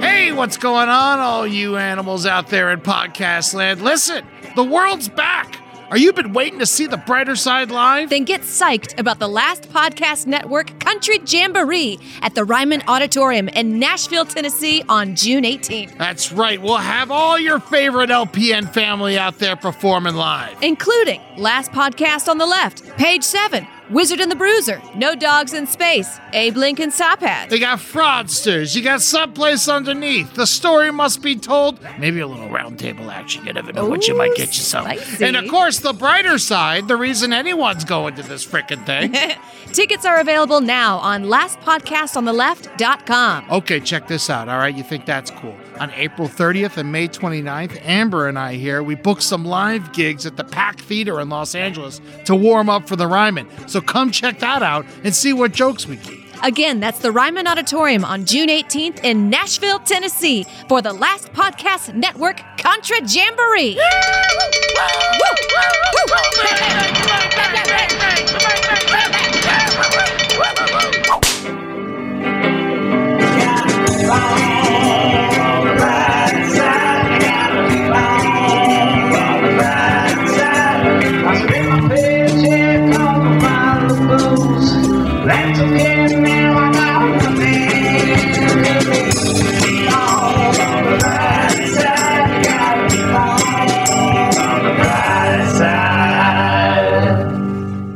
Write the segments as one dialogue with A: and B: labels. A: Hey, what's going on, all you animals out there in podcast land? Listen, the world's back. Are you been waiting to see the brighter side live?
B: Then get psyched about the last podcast network Country Jamboree at the Ryman Auditorium in Nashville, Tennessee on June 18th,
A: That's right. We'll have all your favorite LPN family out there performing live.
B: including Last Podcast on the Left, Page 7, Wizard and the Bruiser, No Dogs in Space, Abe Lincoln Sopad.
A: You got fraudsters. You got someplace underneath. The story must be told. Maybe a little roundtable action. You never know what you
B: Ooh,
A: might get yourself.
B: spicy.
A: And of course, the brighter side. The reason anyone's going to this frickin' thing.
B: Tickets are available now on lastpodcastontheleft.com.
A: Okay, check this out. All right, you think that's cool. On April 30th and May 29th, Amber and I here, we booked some live gigs at the Pack Theater in Los Angeles to warm up for the Ryman. So come check that out and see what jokes we keep.
B: Again, that's the Ryman Auditorium on June 18th in Nashville, Tennessee for the Last Podcast Network Contra Jamboree.
C: That's okay now, I got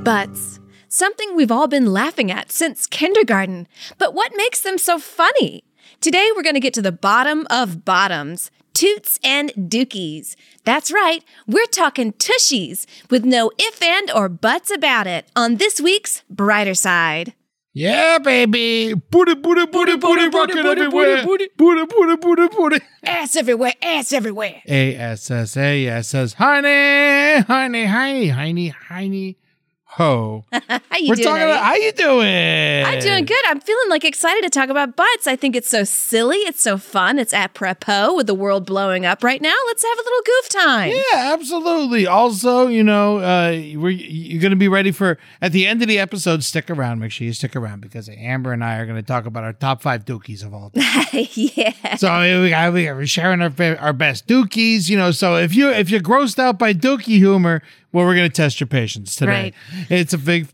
B: Butts. Something we've all been laughing at since kindergarten. But what makes them so funny? Today we're going to get to the bottom of bottoms. Toots and dookies. That's right, we're talking tushies with no if and or buts about it on this week's Brighter Side.
A: Yeah, baby. Booty, booty, booty, booty, rocking everywhere. Booty, booty, booty, booty.
B: Ass everywhere, ass everywhere.
A: A S S A S S. Honey, honey, honey, honey, honey, ho.
B: How you
A: We're
B: doing?
A: talking
B: Eddie?
A: about how you doing?
B: I'm doing good. I'm feeling like excited to talk about butts. I think it's so silly. It's so fun. It's apropos with the world blowing up right now. Let's have a little goof time.
A: Yeah, absolutely. Also, you know, uh, we're, you're going to be ready for at the end of the episode. Stick around. Make sure you stick around because Amber and I are going to talk about our top five dookies of all time.
B: Yeah.
A: so I mean, we got, we are sharing our fa- our best dookies. You know, so if you if you're grossed out by dookie humor, well, we're going to test your patience today. It's a big.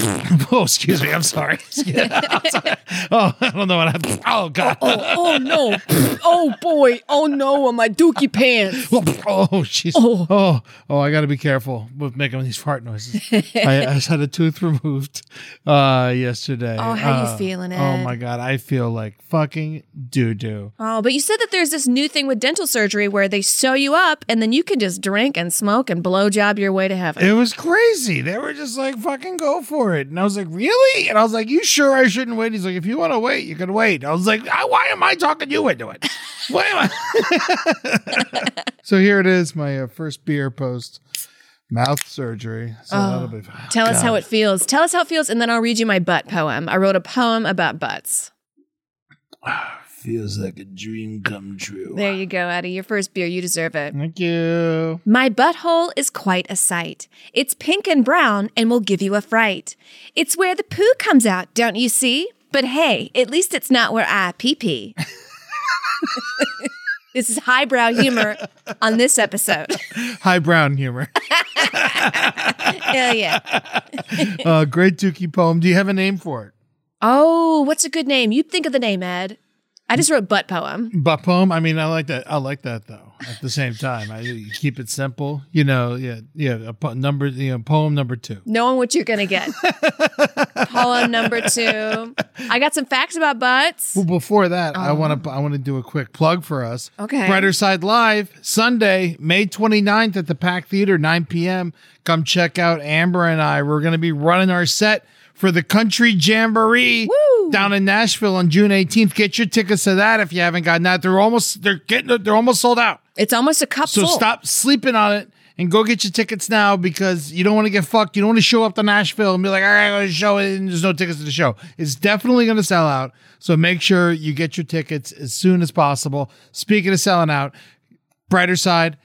A: oh, excuse me. I'm sorry. I'm sorry. Oh, I don't know what I. Oh God.
D: oh no. Oh boy. Oh no on my dookie pants.
A: Oh, jeez. Oh. oh, I got to be careful with making these fart noises. I, I just had a tooth removed uh, yesterday.
B: Oh, how you
A: Uh,
B: feeling,
A: Oh
B: Ed?
A: my god, I feel like fucking doo doo.
B: Oh, but you said that there's this new thing with dental surgery where they sew you up and then you can just drink and smoke and blow job your way to heaven.
A: It was crazy. They were just like, "Fucking go for it," and I was like, "Really?" And I was like, "You sure I shouldn't wait?" He's like, "If you want to wait, you can wait." I was like, I, "Why am I talking you into it?" Why am I? so here it is, my uh, first beer post. Mouth surgery. So that'll be fun.
B: Oh, Tell us how it feels. Tell us how it feels, and then I'll read you my butt poem. I wrote a poem about butts.
A: Feels like a dream come true.
B: There you go, Eddie. Your first beer. You deserve it.
A: Thank you.
B: My butthole is quite a sight. It's pink and brown and will give you a fright. It's where the poo comes out, don't you see? But hey, at least it's not where I pee pee. this is highbrow humor on this episode.
A: High brown humor.
B: Hell yeah.
A: uh, great Dookie poem. Do you have a name for it?
B: Oh, what's a good name? You think of the name, Ed. I just wrote butt poem.
A: But poem, I mean, I like that. I like that though. At the same time, I you keep it simple. You know, yeah, yeah. A po- number, you know, poem number two.
B: Knowing what you're gonna get. Poem number two. I got some facts about butts.
A: Well, before that, I want to I want to do a quick plug for us.
B: Okay.
A: Brighter Side Live Sunday, May 29th at the Pack Theater, 9 p.m. Come check out Amber and I. We're going to be running our set for the Country Jamboree down in Nashville on June 18th. Get your tickets to that if you haven't gotten that. They're almost they're getting they're almost sold out.
B: It's almost a cup
A: So
B: full.
A: stop sleeping on it and go get your tickets now because you don't want to get fucked. You don't want to show up to Nashville and be like, all right, I'm going to show it and there's no tickets to the show. It's definitely going to sell out. So make sure you get your tickets as soon as possible. Speaking of selling out, Brighter Side,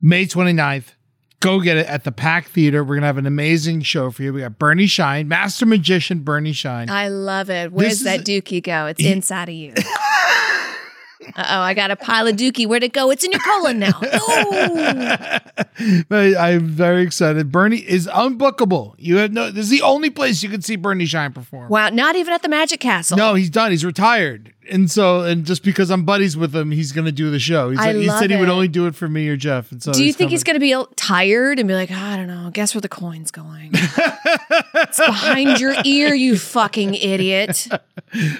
A: May 29th. Go get it at the Pack Theater. We're going to have an amazing show for you. We got Bernie Shine, master magician Bernie Shine.
B: I love it. Where's
A: is-
B: that dookie go? It's inside of you. uh oh, I got a pile of dookie. Where'd it go? It's in your colon now. No.
A: I- I'm very excited. Bernie is unbookable. You have no, this is the only place you can see Bernie Shine perform.
B: Wow, not even at the Magic Castle.
A: No, he's done. He's retired. And so, and just because I'm buddies with him, he's going to do the show. He's
B: I
A: like, he
B: love
A: said he would
B: it.
A: only do it for me or Jeff. And so
B: Do you
A: he's
B: think he's
A: coming.
B: going to be tired and be like, "Oh, I don't know, guess where the coin's going? it's behind your ear, you fucking idiot.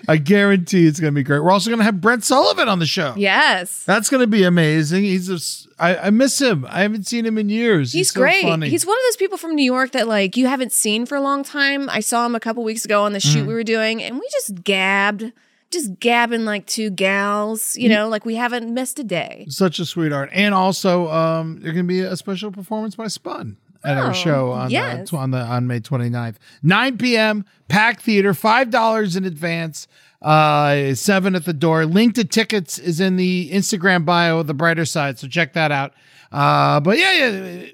A: I guarantee it's going to be great. We're also going to have Brent Sullivan on the show.
B: Yes.
A: That's going to be amazing. He's a s I I miss him. I haven't seen him in years.
B: He's
A: so
B: great.
A: funny.
B: He's one of those people from New York that like you haven't seen for a long time. I saw him a couple weeks ago on the
A: Mm.
B: shoot we were doing and we just gabbed, just gabbing like two gals,
A: Mm.
B: you know, like we haven't missed a day.
A: such a sweetheart. And also, um, there's going to be a special performance by Spun at
B: Oh,
A: our show on
B: yes.
A: the, tw- on the on May 29th, 9 p.m. Pack Theater, five dollars in advance, uh, seven at the door. Link to tickets is in the Instagram bio of the Brighter Side, so check that out. Uh, but yeah, yeah,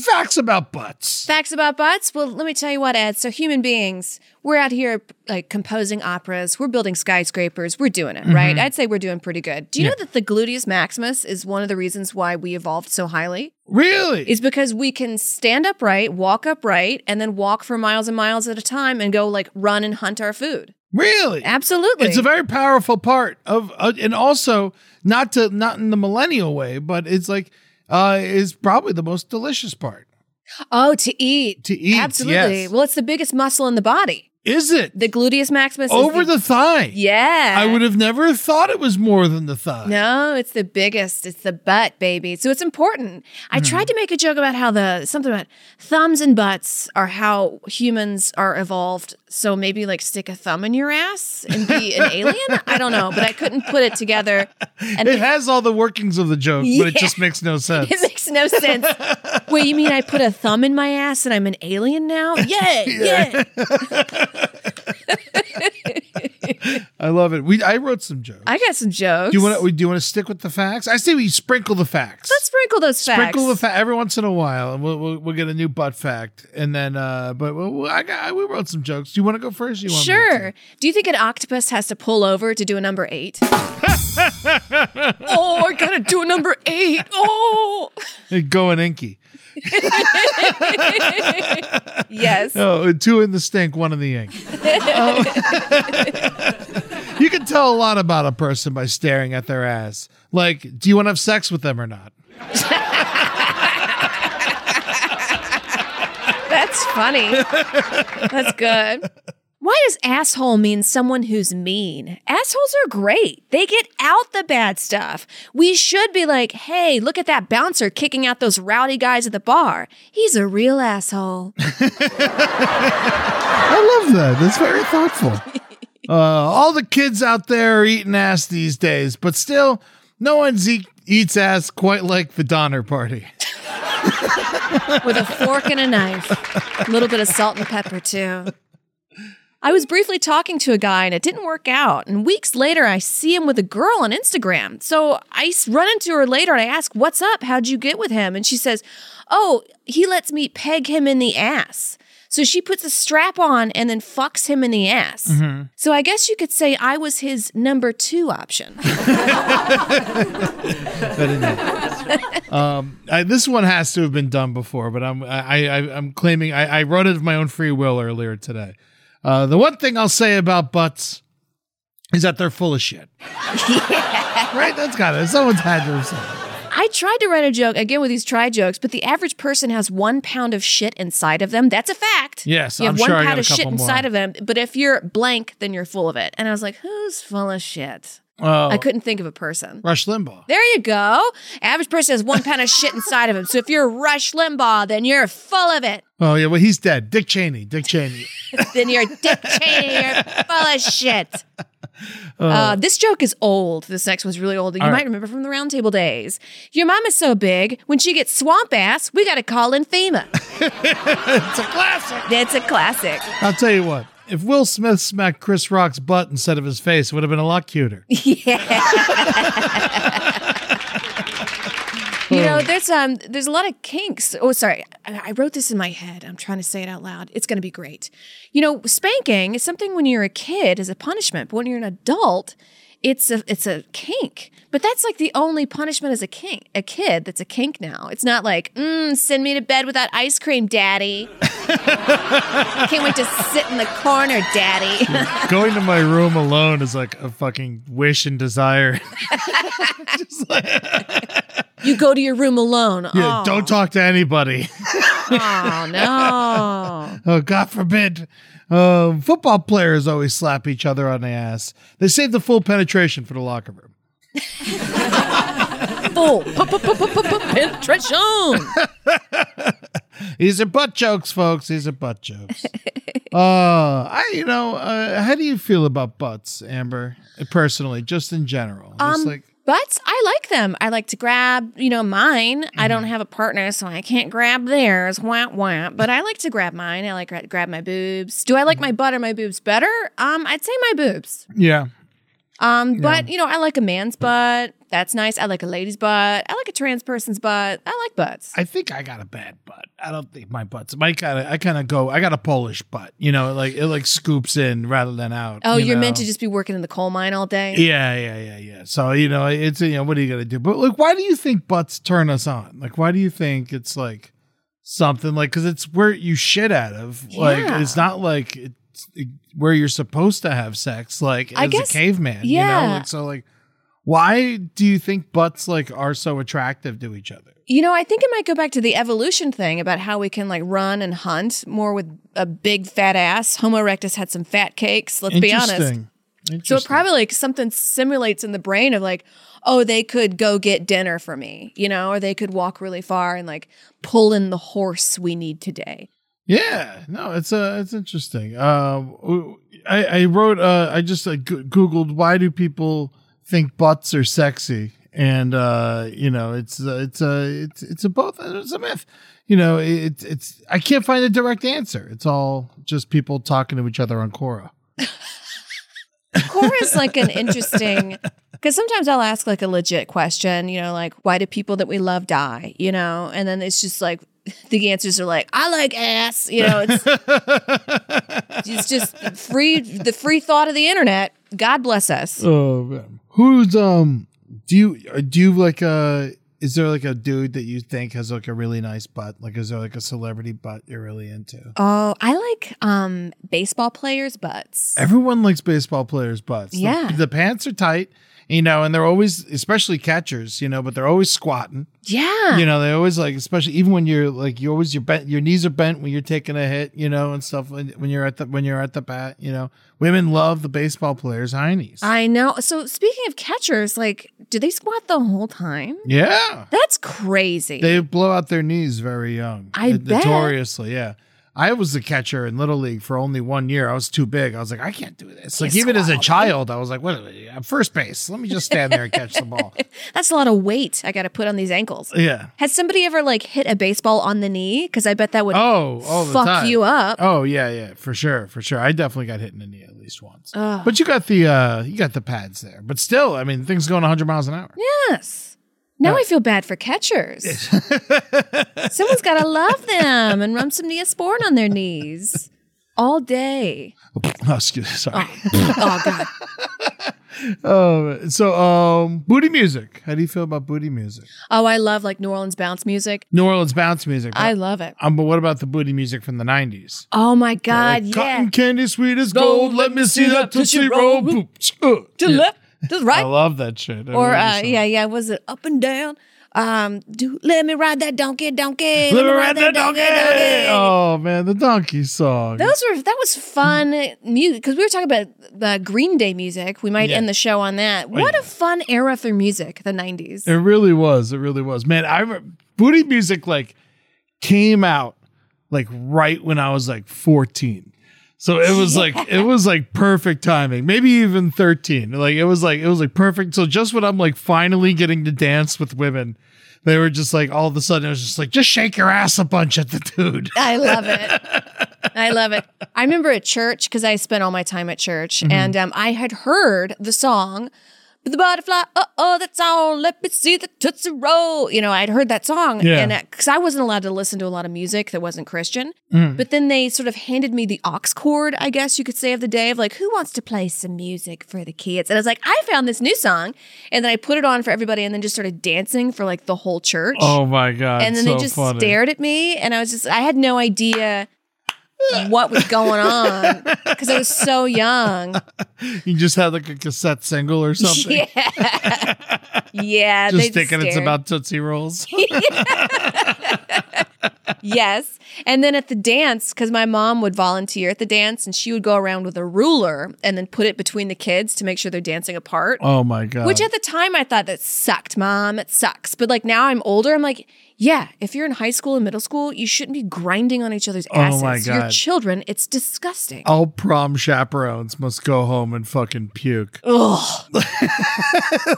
A: facts about butts.
B: Facts about butts? Well, let me tell you what, Ed. So, human beings, we're out here like composing operas, we're building skyscrapers, we're doing it, right?
A: Mm-hmm.
B: I'd say we're doing pretty good. Do you know that the gluteus maximus is one of the reasons why we evolved so highly?
A: Really?
B: Is because we can stand upright, walk upright, and then walk for miles and miles at a time and go like run and hunt our food.
A: really?
B: Absolutely.
A: It's a very powerful part of, uh, and also not to not in the millennial way, but it's like uh, is probably the most delicious part.
B: oh, to eat.
A: To eat,
B: Absolutely.
A: yes.
B: Well, it's the biggest muscle in the body.
A: Is it
B: The gluteus maximus is
A: over the, thigh?
B: Yeah.
A: I would have never thought it was more than the thigh.
B: No, it's the biggest. It's the butt, baby. So it's important. I
A: Hmm.
B: tried to make a joke about how the something about thumbs and butts are how humans are evolved. So maybe like stick a thumb in your ass and be an alien. I don't know, but I couldn't put it together. And
A: It has all the workings of the joke, but it
B: Yeah.
A: just makes no sense.
B: it makes no sense. Wait, you mean I put a thumb in my ass and I'm an alien now? Yeah, yeah.
A: I love it. We I wrote some jokes.
B: I got some jokes.
A: do you want to do you want to stick with the facts? I say we sprinkle the facts.
B: Let's sprinkle those facts.
A: sprinkle the fact every once in a while, and we'll, we'll we'll get a new butt fact, and then uh, but we'll, we'll- I got we wrote some jokes. Do you want to go first? or You want me to?
B: Sure. Do you think an octopus has to pull over to do a number eight? oh, I gotta do a number eight. Oh,
A: Going inky.
B: yes.
A: No, two in the stink, one in the ink. Um, you can tell a lot about a person by staring at their ass. Like, do you want to have sex with them or not?
B: That's funny. That's good. Why does asshole mean someone who's mean? Assholes are great. They get out the bad stuff. We should be like, hey, look at that bouncer kicking out those rowdy guys at the bar. He's a real asshole.
A: I love that. That's very thoughtful. Uh, all the kids out there are eating ass these days, but still, no one ze- eats ass quite like the Donner Party.
B: with a fork and a knife. A little bit of salt and pepper, too. I was briefly talking to a guy and it didn't work out. And weeks later, I see him with a girl on Instagram. So I s- run into her later and I ask, What's up? How'd you get with him? And she says, Oh, he lets me peg him in the ass. So she puts a strap on and then fucks him in the ass. So I guess you could say I was his number two option.
A: I, this one has to have been done before, but I'm I, I I'm claiming I, I wrote it of my own free will earlier today. Uh, the one thing I'll say about butts is that they're full of shit. Right? That's got it. Someone's had to have said it.
B: I tried to write a joke again with these try jokes, but the average person has one pound of shit inside of them. That's a fact.
A: Yes,
B: you have
A: I'm
B: one
A: sure I
B: pound
A: got a
B: of shit
A: couple more.
B: inside of them. But if you're blank, then you're full of it. And I was like, who's full of shit?
A: Oh,
B: I couldn't think of a person.
A: Rush Limbaugh.
B: There you go. Average person has one pound of shit inside of him. So if you're Rush Limbaugh, then you're full of it.
A: Oh, yeah. Well, he's dead. Dick Cheney. Dick Cheney.
B: Then you're Dick Cheney. You're full of shit. Uh, this joke is old. This next one's really old. You
A: Oh. All
B: might
A: right.
B: remember from the roundtable days. Your mom is so big, when she gets swamp ass, we got to call in FEMA.
A: It's a classic.
B: That's a classic.
A: I'll tell you what. If Will Smith smacked Chris Rock's butt instead of his face, it would have been a lot cuter.
B: You know, there's um, there's a lot of kinks. Oh, sorry, I, I wrote this in my head. I'm trying to say it out loud. It's going to be great. You know, spanking is something when you're a kid as a punishment, but when you're an adult, it's a it's a kink. But that's like the only punishment as a kink a kid that's a kink now. It's not like mm, send me to bed without ice cream, daddy. Can't wait to sit in the corner, daddy.
A: Going to my room alone is like a fucking wish and desire. Just like,
B: you go to your room alone.
A: yeah,
B: oh,
A: don't talk to anybody.
B: Oh no.
A: Oh, God forbid. Uh, football players always slap each other on the ass. They save the full penetration for the locker room.
B: Fool.
D: Penetration.
A: These are butt jokes, folks. These are butt jokes. uh, I, you know, uh, how do you feel about butts, Amber? Personally, just in general,
B: Um,
A: just like
B: But I like them. I like to grab, you know, mine. I
A: Mm-hmm.
B: don't have a partner, so I can't grab theirs. Wah wah. But I like to grab mine. I like gra- grab my boobs. Do I like
A: Mm-hmm.
B: my butt or my boobs better? Um, I'd say my boobs.
A: yeah,
B: Um, but you know, I like a man's butt. That's nice. I like a lady's butt. I like a trans person's butt. I like butts.
A: I think I got a bad butt. I don't think my butt's my kind of. I kind of go. I got a Polish butt. You know, like it like scoops in rather than out.
B: oh,
A: you
B: you're meant
A: know?
B: to just be working in the coal mine all day.
A: Yeah, yeah, yeah, yeah. So you know, it's you know, what are you gonna do? But like, why do you think butts turn us on? Like, why do you think it's like something like because it's where you shit out of. Like,
B: Yeah.
A: it's not like it's it, where you're supposed to have sex. Like
B: I
A: as
B: guess-
A: a caveman, you
B: yeah.
A: know. Like, so like, why do you think butts like are so attractive to each other?
B: You know, I think it might go back to the evolution thing about how we can like run and hunt more with a big fat ass. Homo erectus had some fat cakes, let's be honest.
A: Interesting.
B: So it
A: Interesting.
B: probably like something simulates in the brain of like, oh, they could go get dinner for me, you know, or they could walk really far and like pull in the horse we need today.
A: Yeah, no, it's uh, it's interesting. Um, I, I wrote, uh, I just uh, go- googled why do people think butts are sexy, and uh, you know, it's uh, it's uh, it's it's a both it's a myth. You know, it, it's I can't find a direct answer. It's all just people talking to each other on Quora.
B: Core is like an interesting because sometimes I'll ask like a legit question, you know, like why do people that we love die, you know, and then it's just like the answers are like I like ass, you know, it's it's just free the free thought of the internet. God bless us.
A: Oh man, who's um? Do you uh, do you like uh? Is there like a dude that you think has like a really nice butt? Like, is there like a celebrity butt you're really into?
B: Oh, I like um baseball players' butts.
A: Everyone likes baseball players' butts. The-
B: Yeah.
A: The, pants are tight, you know, and they're always, especially catchers, you know, but they're always squatting.
B: Yeah.
A: You know, they always like, especially even when you're like, you always your bent, your knees are bent when you're taking a hit, you know, and stuff. When, when you're at the when you're at the bat, you know, women love the baseball players' heinies.
B: I know. So speaking of catchers, like do they squat the whole time?
A: yeah,
B: That's crazy.
A: they blow out their knees very young.
B: I
A: Uh,
B: bet.
A: notoriously, yeah. I was a catcher in little league for only one year. I was too big. I was like, I can't do this. Like even as a child, I was like, what? I'm first base. Let me just stand there and catch the ball.
B: That's a lot of weight I got to put on these ankles.
A: Yeah.
B: Has somebody ever like hit a baseball on the knee? Because I bet that would
A: Oh, all the
B: fuck
A: time.
B: you up.
A: Oh yeah, yeah, for sure, for sure. I definitely got hit in the knee at least once. But you got the uh you got the pads there. But still, I mean, things going 100 miles an hour.
B: Yes. Now I feel bad for catchers. Someone's got to love them and rub some Neosporin on their knees all day.
A: Oh, excuse me, sorry.
B: Oh, God.
A: Um, so, um, booty music. How do you feel about booty music?
B: Oh, I love like New Orleans bounce music.
A: New Orleans bounce music.
B: I love it.
A: Um, but what about the booty music from the nineties?
B: Oh my God, yeah.
A: Cotton candy, sweet as gold. Let me see that tootsie roll. Boop. Uh,
B: To
A: yeah.
B: left, to
A: I
B: right.
A: love that shit. I
B: Or
A: love that
B: uh,
A: song.
B: yeah, yeah, was it up and down? Um, do let me ride that donkey, donkey.
A: Let me ride that donkey. Oh man, the donkey song.
B: Those were that was fun music because we were talking about the Green Day music. We might
A: Yeah. Oh,
B: end the show on that. What
A: yeah.
B: a fun era for music, the nineties.
A: It really was. It really was. Man, I re- booty music like came out like right when I was like 14. So it was like it was like perfect timing. Maybe even 13. Like it was like it was like perfect. So just when I'm like finally getting to dance with women, they were just like all of a sudden it was just like just shake your ass a bunch at the dude.
B: I love it. I love it. I remember at church because I spent all my time at church,
A: Mm-hmm.
B: and um, I had heard the song "The Butterfly." Uh oh, that's all. Let me see the tootsie roll. You know, I'd heard that song,
A: Yeah.
B: and because I wasn't allowed to listen to a lot of music that wasn't Christian,
A: Mm.
B: but then they sort of handed me the aux cord, I guess you could say, of the day of like, who wants to play some music for the kids? And I was like, I found this new song, and then I put it on for everybody, and then just started dancing for like the whole church
A: Oh my god.
B: and then
A: so
B: they just
A: funny.
B: stared at me and i was just i had no idea what was going on because i was so young
A: You just had like a cassette single or something.
B: yeah yeah
A: just
B: they
A: thinking it's
B: stared.
A: about Tootsie Rolls.
B: yes and then at the dance because my mom would volunteer at the dance and she would go around with a ruler and then put it between the kids to make sure they're dancing apart
A: oh my god.
B: Which at the time I thought that sucked, mom. It sucks. But like now I'm older, I'm like, yeah, if you're in high school and middle school, you shouldn't be grinding on each other's asses.
A: Oh, my
B: Your
A: God.
B: children, it's disgusting.
A: all prom chaperones must go home and fucking puke.
B: Ugh.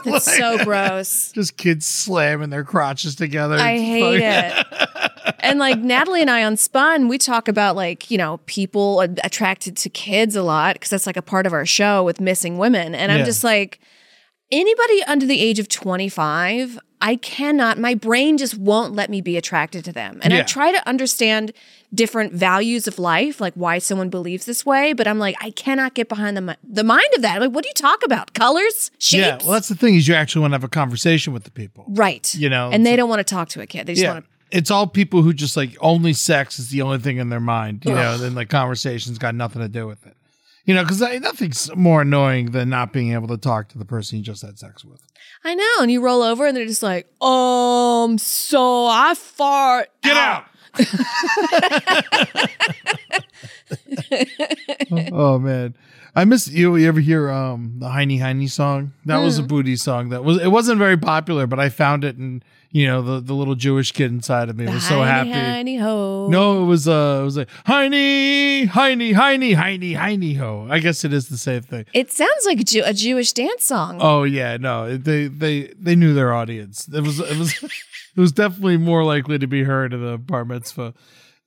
B: That's so gross.
A: Just kids slamming their crotches together.
B: I
A: It's
B: hate
A: fucking-
B: it. And like Natalie and I on Spun, we talk about like, you know, people a- attracted to kids a lot because that's like a part of our show with missing women. And I'm
A: Yeah.
B: just like, anybody under the age of 25, I cannot, my brain just won't let me be attracted to them. And I
A: Yeah.
B: try to understand different values of life, like why someone believes this way, but I'm like, I cannot get behind the, mi- the mind of that. Like, what do you talk about? Colors? Shapes?
A: Yeah, well, that's the thing is you actually want to have a conversation with the people.
B: Right.
A: You know,
B: and they
A: it's-
B: don't want to talk to a kid. They just
A: Yeah,
B: want to.
A: it's all people who just like only sex is the only thing in their mind. You know, then like conversations got nothing to do with it. You know, because nothing's more annoying than not being able to talk to the person you just had sex with.
B: I know. And you roll over and they're just like, um, so I fart.
A: Get out. oh man. I miss you you ever hear um the Heiny Heiny song? That was a booty song that was it wasn't very popular, but I found it and you know the, the little Jewish kid inside of me was so
B: Hiney,
A: happy.
B: hiney, ho.
A: No, it was uh it was like Heiny, Heiny, Heiny, Heiny, Heiny ho. I guess it is the same thing.
B: It sounds like a, Jew- a Jewish dance song.
A: Oh yeah, no, they they they knew their audience. It was it was it was definitely more likely to be heard at a bar mitzvah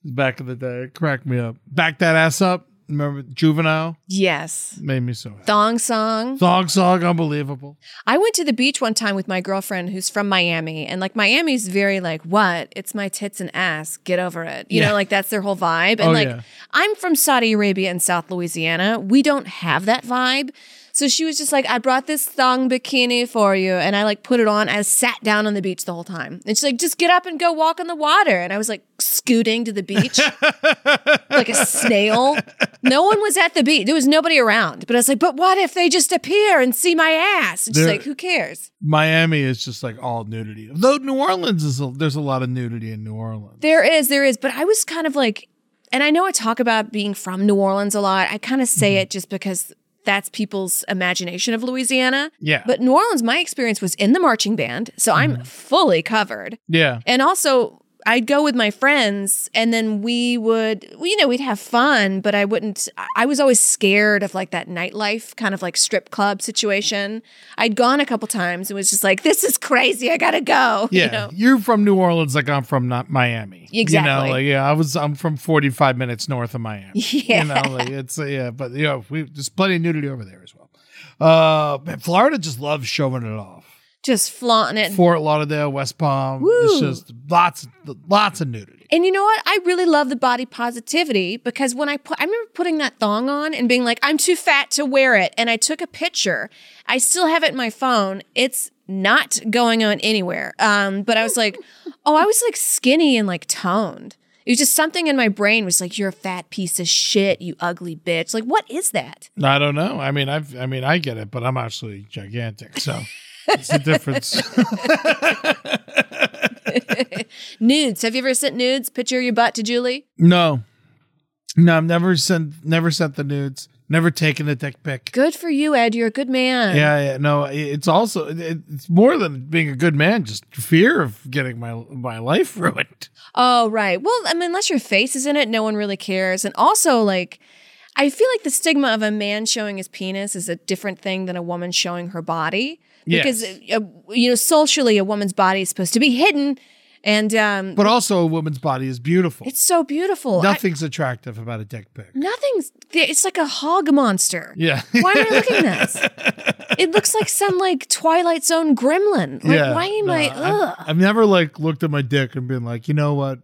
A: back in the day. It cracked me up. Back that ass up. Remember juvenile
B: Yes.
A: made me so happy.
B: Thong song.
A: Song song unbelievable.
B: I went to the beach one time with my girlfriend who's from Miami, and like Miami's very like, what? It's my tits and ass. Get over it. You know,
A: Yeah.
B: like that's their whole vibe. And
A: Oh,
B: like,
A: yeah.
B: I'm from Saudi Arabia and South Louisiana. We don't have that vibe. So she was just like, I brought this thong bikini for you. And I like put it on. I sat down on the beach the whole time. And she's like, just get up and go walk on the water. And I was like, scooting to the beach like a snail. No one was at the beach. There was nobody around. But I was like, but what if they just appear and see my ass? And she's
A: There-
B: like, who cares?
A: Miami is just like all nudity. Though New Orleans is a, there's a lot of nudity in New Orleans.
B: There is, there is. But I was kind of like, and I know I talk about being from New Orleans a lot. I kind of say
A: Mm-hmm.
B: it just because that's people's imagination of Louisiana.
A: Yeah. Mm-hmm.
B: But New Orleans, my experience was in the marching band. So I'm fully covered.
A: Yeah.
B: And also, I'd go with my friends and then we would, well, you know, we'd have fun, but I wouldn't, I- I was always scared of like that nightlife, kind of like strip club situation. I'd gone a couple times and was just like, this is crazy. I gotta go.
A: Yeah,
B: You know?
A: you're from New Orleans, like I'm from not Miami. You
B: Exactly.
A: know, like yeah, I was. I'm from 45 minutes north of Miami.
B: Yeah.
A: You know, like it's uh, yeah, but you know, we there's plenty of nudity over there as well. Uh, man, Florida just loves showing it off.
B: Just flaunting it.
A: Fort Lauderdale, West Palm. It's
B: Woo.
A: just lots, lots of nudity.
B: And you know what? I really love the body positivity because when I put, I remember putting that thong on and being like, I'm too fat to wear it. And I took a picture. I still have it in my phone. It's not going on anywhere. Um, but I was like, oh, I was like skinny and like toned. It was just something in my brain was like, you're a fat piece of shit, you ugly bitch. Like, what is that?
A: I don't know. I mean, I've, I mean, I get it, but I'm absolutely gigantic. So it's the difference.
B: Nudes. Have you ever sent nudes? Picture of your butt to Julie?
A: no, no, I've never sent, never sent the nudes, never taken a dick pic.
B: Good for you, Ed. You're a good man.
A: Yeah, yeah, no, i- it's also it- it's more than being a good man, just fear of getting my my life ruined.
B: Oh, right. Well, I mean, unless your face is in it, no one really cares. And also, like, I feel like the stigma of a man showing his penis is a different thing than a woman showing her body. Because,
A: Yes.
B: uh, you know, socially, a woman's body is supposed to be hidden. And um,
A: But also, a woman's body is beautiful.
B: it's so beautiful. I-
A: Nothing's attractive about a dick pic.
B: nothing's. It's like a hog monster.
A: Yeah,
B: Why am I looking at this? It looks like some like Twilight Zone gremlin. Like, why am
A: no,
B: I?
A: I've-
B: Ugh.
A: I've, never like looked at my dick and been like, you know what,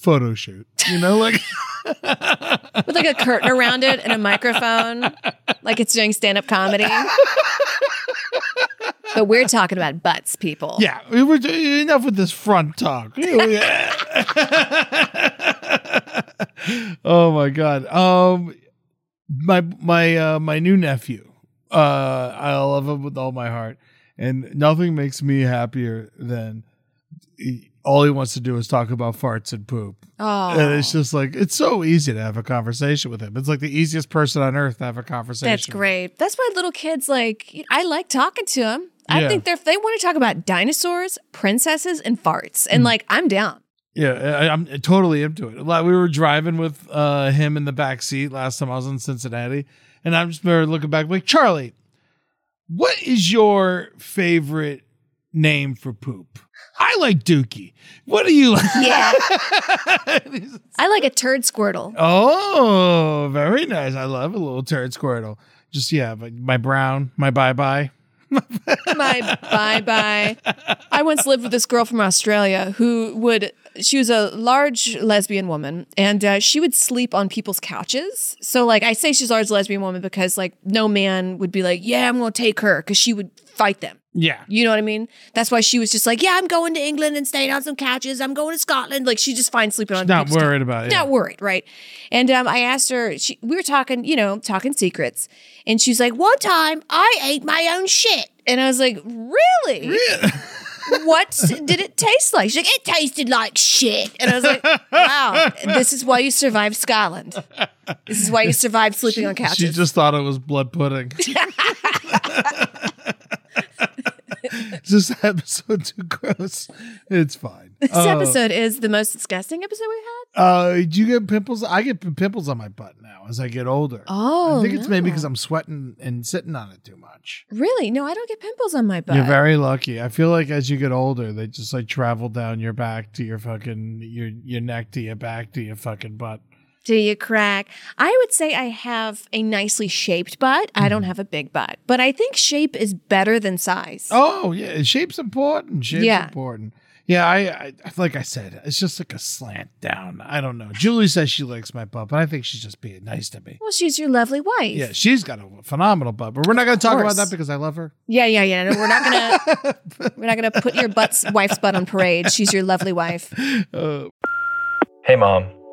A: photo shoot. You know, like
B: with like a curtain around it and a microphone, like it's doing stand up comedy. but we're talking about butts, people.
A: yeah, we were enough with this front talk. oh my god. Um, my my uh, my new nephew. Uh, I love him with all my heart, and nothing makes me happier than he- all he wants to do is talk about farts and poop.
B: Oh,
A: And it's Uh, just like it's so easy to have a conversation with him. It's like the easiest person on earth to have a conversation.
B: that's
A: with.
B: great. That's why little kids like I like talking to them. I
A: Yeah.
B: think they're if they want to talk about dinosaurs, princesses, and farts,
A: Hmm.
B: and like I'm down.
A: Yeah, I, I'm totally into it. Like we were driving with uh, him in the back seat last time I was in Cincinnati, and I'm just remember looking back like Charlie, what is your favorite name for poop? I like Dookie. What do you like?
B: Yeah, I like a turd squirtle.
A: Oh, very nice. I love a little turd squirtle. Just yeah, but my brown, my bye bye.
B: My bye bye. I once lived with this girl from Australia who would, she was a large lesbian woman and uh, she would sleep on people's couches. So, like, I say she's a large lesbian woman because, like, no man would be like, yeah, I'm going to take her because she would fight them.
A: Yeah.
B: You know what I mean? That's why she was just like, yeah, I'm going to England and staying on some couches. I'm going to Scotland. Like, she just fine sleeping on
A: Not
B: people's couches
A: worried about it.
B: not worried, right? And um, I asked her, she, we were talking, you know, talking secrets. And she's like, one time I ate my own shit. And I was like, really? what did it taste like? She's like, it tasted like shit. And I was like, wow, this is why you survived Scotland. This is why you survived sleeping on couches.
A: She just thought it was blood pudding. this episode too gross. It's fine.
B: this
A: Uh,
B: episode is the most disgusting episode we've had.
A: uh, do you get pimples? I get p- pimples on my butt now as I get older.
B: Oh,
A: I think it's maybe
B: no.
A: because I'm sweating and sitting on it too much.
B: Really? No, I don't get pimples on my butt.
A: You're very lucky. I feel like as you get older, they just like travel down your back to your fucking your your neck to your back to your fucking butt.
B: Do you crack? I would say I have a nicely shaped butt. I
A: Mm.
B: don't have a big butt, but I think shape is better than size.
A: Oh yeah, shape's important. Shape's
B: Yeah.
A: important. Yeah, I, I like I said, it's just like a slant down. I don't know. Julie says she likes my butt, but I think she's just being nice to me.
B: Well, she's your lovely wife.
A: Yeah, she's got a phenomenal butt, but we're not going to talk
B: course.
A: about that because I love her.
B: yeah, yeah, yeah. No, we're not gonna we're not gonna put your butt's wife's butt on parade. She's your lovely wife.
E: Hey, Mom.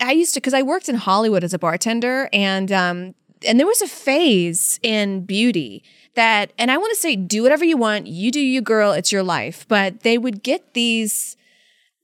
B: I used to because I worked in Hollywood as a bartender, and um, and there was a phase in beauty that, and I want to say, do whatever you want, you do you, girl, it's your life. But they would get these.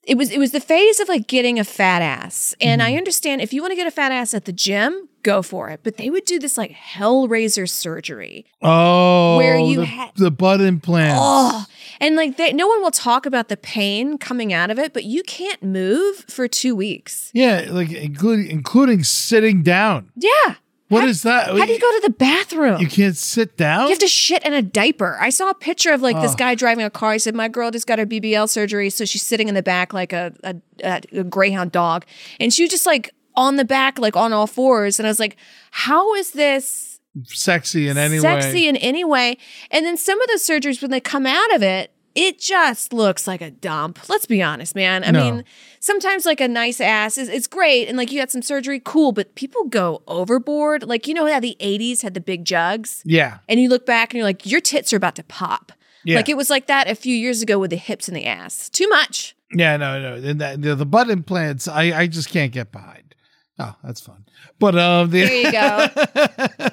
B: It was it was the phase of like getting a fat ass, and I understand if you want to get a fat ass at the gym, go for it. But they would do this like Hellraiser surgery,
A: Oh,
B: Where you
A: the,
B: had-
A: the butt implants.
B: Oh, and like they, no one will talk about the pain coming out of it, but you can't move for two weeks.
A: Yeah, like including including sitting down.
B: Yeah.
A: What
B: How-
A: is that?
B: How do you go to the bathroom?
A: You can't sit down.
B: You have to shit in a diaper. I saw a picture of like this guy driving a car. He said, My girl just got her BBL surgery. So she's sitting in the back like a, a, a, a greyhound dog. And she was just like on the back, like on all fours. And I was like, How is this
A: sexy in any
B: sexy
A: way.
B: in any way? And then some of those surgeries, when they come out of it, it just looks like a dump. Let's be honest, man. I
A: No.
B: mean, sometimes like a nice ass is it's great and like you had some surgery, cool, but people go overboard. Like, you know how the 80s had the big jugs?
A: Yeah.
B: and you look back and you're like, your tits are about to pop.
A: Yeah.
B: Like it was like that a few years ago with the hips and the ass. Too much.
A: Yeah, no, no. And that, the, the butt implants, I, I just can't get behind. Oh, that's fun. But um, the,
B: There you go.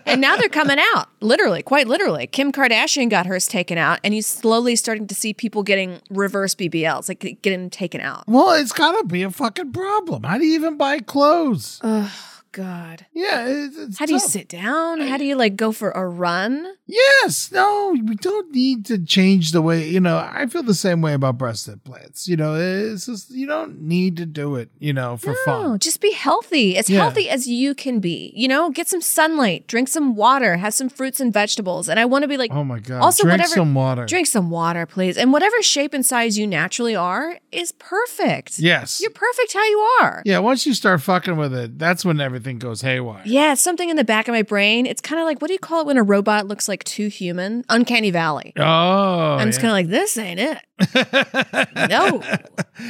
B: and now they're coming out, literally, quite literally. Kim Kardashian got hers taken out, and you slowly starting to see people getting reverse BBLs, like getting taken out.
A: well, it's gotta be a fucking problem. How do you even buy clothes?
B: Oh God.
A: yeah, it, it's
B: How do you
A: tough.
B: sit down? How do you like go for a run?
A: Yes, no, we don't need to change the way. You know, I feel the same way about breast implants. You know, it's just you don't need to do it. You know, for
B: No,
A: fun.
B: just be healthy, as
A: Yeah.
B: healthy as you can be. You know, get some sunlight, drink some water, have some fruits and vegetables. And I want to be like,
A: Oh my god!
B: Also,
A: drink
B: whatever-
A: some water.
B: Drink some water, please. And whatever shape and size you naturally are is perfect.
A: Yes.
B: You're perfect how you are.
A: yeah. Once you start fucking with it, that's when everything goes haywire.
B: Yeah, it's something in the back of my brain. It's kind of like, what do you call it when a robot looks like too human? Uncanny Valley.
A: Oh,
B: I'm just
A: yeah.
B: kind of like, this ain't it. no.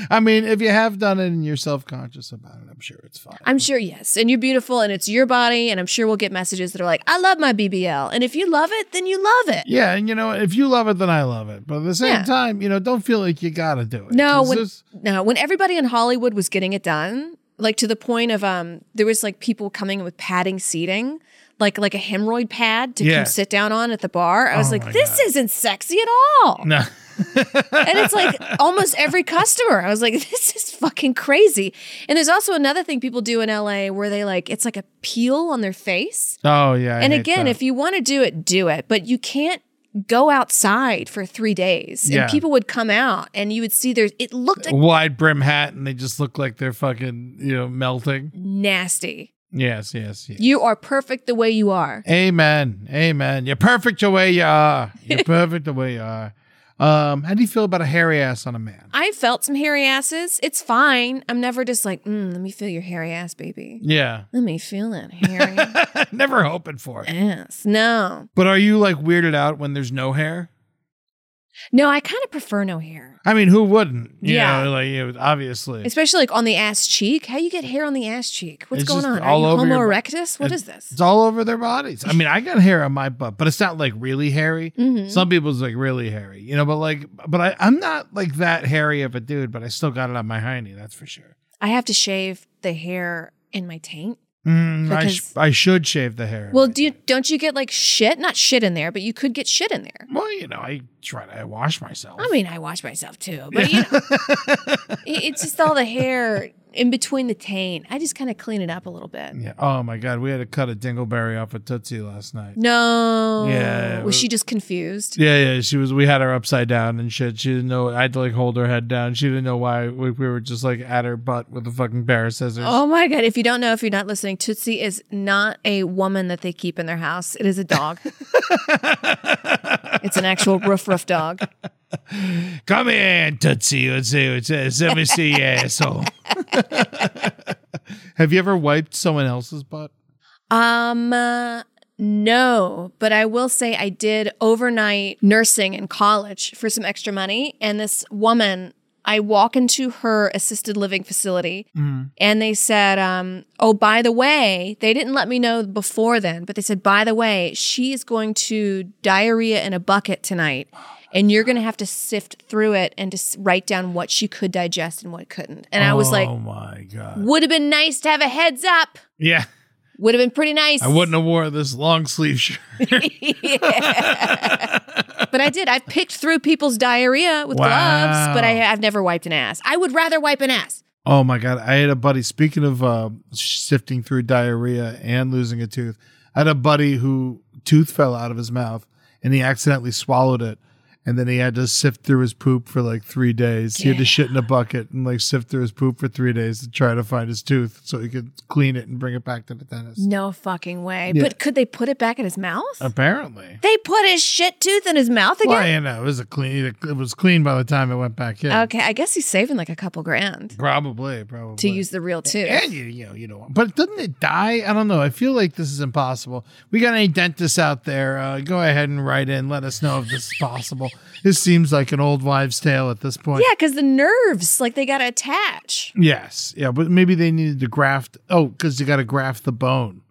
A: I mean, if you have done it and you're self conscious about it, I'm sure it's fine.
B: I'm sure, yes. And you're beautiful and it's your body. And I'm sure we'll get messages that are like, I love my BBL. And if you love it, then you love it.
A: yeah, and you know, if you love it, then I love it. But at the same
B: Yeah.
A: time, you know, don't feel like you gotta do it.
B: No,
A: 'Cause
B: when,
A: this-
B: no, when everybody in Hollywood was getting it done, like to the point of um there was like people coming with padding seating, like like a hemorrhoid pad to
A: Yeah.
B: come sit down on at the bar. I was
A: Oh my
B: like, this
A: God.
B: isn't sexy at all.
A: no.
B: And it's like almost every customer. I was like, this is fucking crazy. And there's also another thing people do in LA where they like it's like a peel on their face.
A: Oh yeah. I
B: and
A: hate
B: again,
A: that.
B: if you want to do it, do it. But you can't go outside for three days.
A: Yeah. Oh.
B: And people would come out and you would see there's it looked
A: A wide brim hat and they just look like they're fucking you know melting.
B: nasty.
A: Yes, yes, yes.
B: You are perfect the way you are.
A: Amen, amen. You're perfect the way you are. You're perfect the way you are. Um, how do you feel about a hairy ass on a man?
B: I felt some hairy asses. It's fine. I'm never just like, mm, let me feel your hairy ass, baby.
A: Yeah,
B: Let me feel that hairy
A: never hoping for it.
B: ass. No.
A: But are you like weirded out when there's no hair?
B: No, I kind of prefer no hair.
A: I mean, who wouldn't? You
B: Yeah.
A: know, like you know, obviously.
B: Especially like on the ass cheek. How you get hair on the ass cheek? What's
A: It's
B: going
A: just
B: on?
A: all
B: Are you
A: over
B: homo
A: your bo-
B: erectus? What is this?
A: It's all over their bodies. I mean, I got hair on my butt, but it's not like really hairy.
B: Mm-hmm.
A: Some people's like really hairy, you know. But like, but I, I'm not like that hairy of a dude, but I still got it on my hiney. That's for sure.
B: I have to shave the hair in my taint.
A: Mm, I, sh-
B: Because-
A: I should shave the hair.
B: Well, do you, don't you get like shit? Not shit in there, but you could get shit in there.
A: well, you know, I try to I wash myself.
B: I mean, I wash myself too, but you know, i- it's just all the hair in between the taint. I just kind of clean it up a little bit.
A: yeah. Oh my god, we had to cut a dingleberry off a tootsie last night.
B: No.
A: Yeah,
B: Was
A: we're-
B: she just confused?
A: Yeah, yeah. She was. We had her upside down and shit. She didn't know. I had to like hold her head down. She didn't know why we, we were just like at her butt with a fucking pair of scissors.
B: Oh my God. If you don't know, if you're not listening, Tootsie is not a woman that they keep in their house. It is a dog. it's an actual roof roof dog.
A: Come in, Tootsie. Let's see what's this. Let me see your asshole. Have you ever wiped someone else's butt?
B: Um, uh, no, but I will say I did overnight nursing in college for some extra money, and this woman I walk into her assisted living facility
A: Mm.
B: and they said, um, oh, by the way, they didn't let me know before then, but they said, by the way, she is going to diarrhea in a bucket tonight. And you're going to have to sift through it and just write down what she could digest and what couldn't. And I was like,
A: oh my god.
B: would have been nice to have a heads up.
A: Yeah,
B: Would have been pretty nice.
A: I wouldn't have wore this long sleeve shirt.
B: but I did. I've picked through people's diarrhea with
A: Wow.
B: gloves, but I, I've never wiped an ass. I would rather wipe an ass.
A: Oh my god, I had a buddy. Speaking of uh, sifting through diarrhea and losing a tooth, I had a buddy who tooth fell out of his mouth and he accidentally swallowed it, and then he had to sift through his poop for like three days. He had to shit in a bucket and like sift through his poop for three days to try to find his tooth so he could clean it and bring it back to the dentist.
B: No fucking way.
A: Yeah. Um,
B: But could they put it back in his mouth?
A: Apparently,
B: they put his shit tooth in his mouth again?
A: well, you know, it was a clean. It was clean by the time it went back in.
B: Okay, I guess he's saving like a couple grand
A: Probably, probably
B: to use the real tooth.
A: And you, you know, you know, but doesn't it die? I don't know. I feel like this is impossible. We got any dentists out there? Uh, go ahead and write in. Let us know if this is possible. this seems like an old wives' tale at this point.
B: Yeah, because the nerves, like they got to attach.
A: Yes. Yeah, but maybe they needed to graft. Oh, because you got to graft the bone,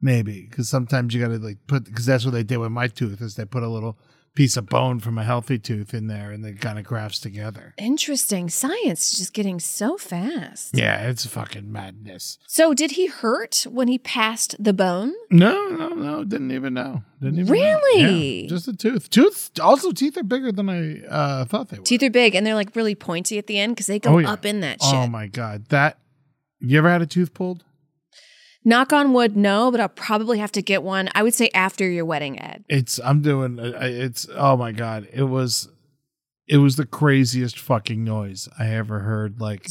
A: maybe. Because sometimes you got to like put. Because that's what they did with my tooth is they put a little piece of bone from a healthy tooth in there and they kind of grafts together.
B: Interesting. Science is just getting so fast.
A: Yeah, it's fucking madness.
B: So, did he hurt when he passed the bone?
A: No, no, no. Didn't even know. Didn't even know.
B: Really?
A: Yeah, just a tooth. Tooth. Also, teeth are bigger than I uh, thought they were.
B: Teeth are big and they're like really pointy at the end because they go
A: Oh, yeah.
B: up in that shit.
A: Oh my god. That. You ever had a tooth pulled?
B: Knock on wood, no, but I'll probably have to get one. I would say after your wedding, Ed.
A: It's. I'm doing. I- It's. Oh my god. It was. It was the craziest fucking noise I ever heard. Like.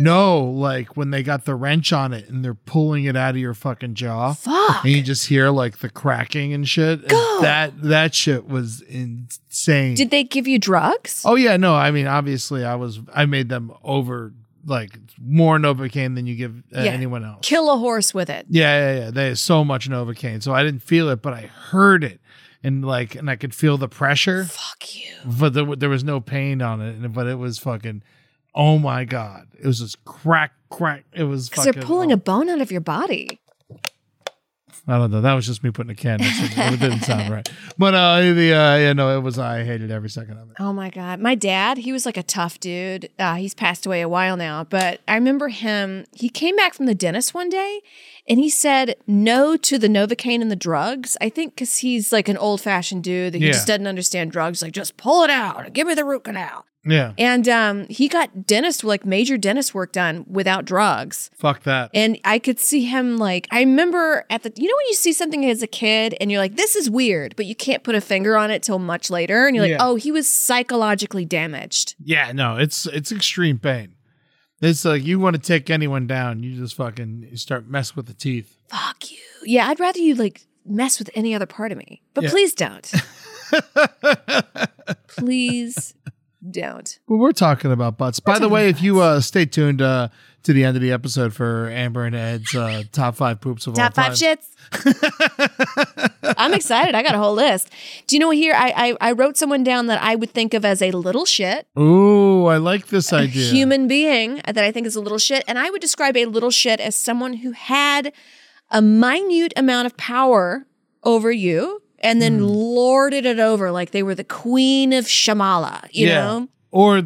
A: No, like when they got the wrench on it and they're pulling it out of your fucking jaw.
B: Fuck.
A: And you just hear like the cracking and shit. And
B: God.
A: that that shit was insane.
B: Did they give you drugs?
A: Hmm. Oh yeah, no. I mean, obviously, I was I made them over like more novocaine than you give uh,
B: Yeah.
A: anyone else.
B: Kill a horse with it.
A: yeah, yeah, yeah. They so much novocaine, so I didn't feel it, but I heard it, and like, and I could feel the pressure,
B: Fuck you.
A: but there, wa- there was no pain on it, and but it was fucking. Oh my god! It was just crack, crack. It was
B: Because they're
A: fucking-
B: pulling
A: oh,
B: a bone out of your body.
A: I don't know. That was just me putting a candle. it didn't sound right. But uh, the uh, you know, it was. I hated every second of it.
B: Oh my God. My dad, he was like a tough dude. Uh, he's passed away a while now, but I remember him. He came back from the dentist one day and he said no to the Novocaine and the drugs. I think because he's like an old fashioned dude that he
A: Yeah.
B: just doesn't understand drugs. Like, just pull it out and give me the root canal.
A: Yeah,
B: And um, he got dentist, like major dentist work done without drugs.
A: fuck that.
B: And I could see him like, I remember at the, you know, when you see something as a kid and you're like, this is weird, but you can't put a finger on it till much later. And you're like,
A: Yeah.
B: oh, he was psychologically damaged.
A: Yeah, no, it's it's extreme pain. It's like you want to take anyone down, you just fucking start mess with the teeth.
B: Fuck you. Yeah, I'd rather you like mess with any other part of me, but
A: Yeah.
B: please don't. please don't.
A: Well, we're talking about butts. By the way, if you uh, stay tuned uh, to the end of the episode for Amber and Ed's uh, top five poops of
B: Top
A: all time.
B: five shits. I'm excited. I got a whole list. Do you know here? I, I I wrote someone down that I would think of as a little shit.
A: Ooh, I like this idea.
B: human being that I think is a little shit. And I would describe a little shit as someone who had a minute amount of power over you and then
A: Hmm.
B: lorded it over like they were the queen of Shamala, you know?
A: or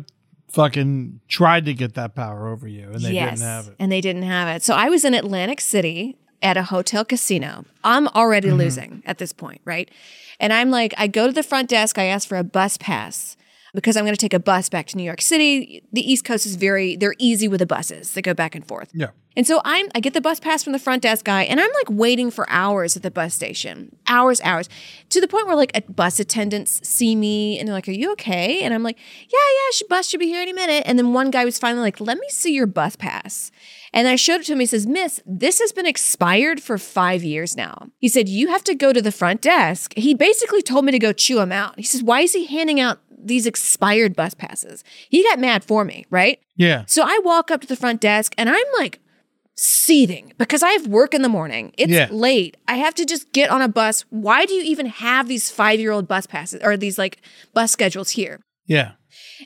A: fucking tried to get that power over you and they didn't have it.
B: And they didn't have it. So I was in Atlantic City at a hotel casino. I'm already
A: Mm-hmm.
B: losing at this point, right? And I'm like, I go to the front desk, I ask for a bus pass because I'm going to take a bus back to New York City. The East Coast is very, they're easy with the buses, they go back and forth.
A: Yeah.
B: And so I'm I get the bus pass from the front desk guy and I'm like waiting for hours at the bus station. Hours, hours. To the point where like a bus attendants see me and they're like, "Are you okay?" And I'm like, "Yeah, yeah, sh- bus should be here any minute." And then one guy was finally like, "Let me see your bus pass." And I showed it to him. He says, "Miss, this has been expired for 5 years now." He said, "You have to go to the front desk." He basically told me to go chew him out. He says, "Why is he handing out these expired bus passes?" He got mad for me, right?
A: Yeah.
B: So I walk up to the front desk and I'm like seething because I have work in the morning. It's
A: Yeah.
B: late. I have to just get on a bus. Why do you even have these five year old bus passes or these like bus schedules here?
A: Yeah.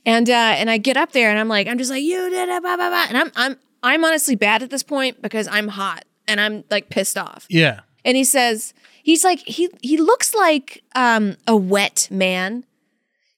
B: And uh, and I get up there and I'm like, I'm just like, you did it, blah blah blah. And I'm I'm I'm honestly bad at this point because I'm hot and I'm like pissed off.
A: Yeah.
B: And he says, he's like, he he looks like um a wet man.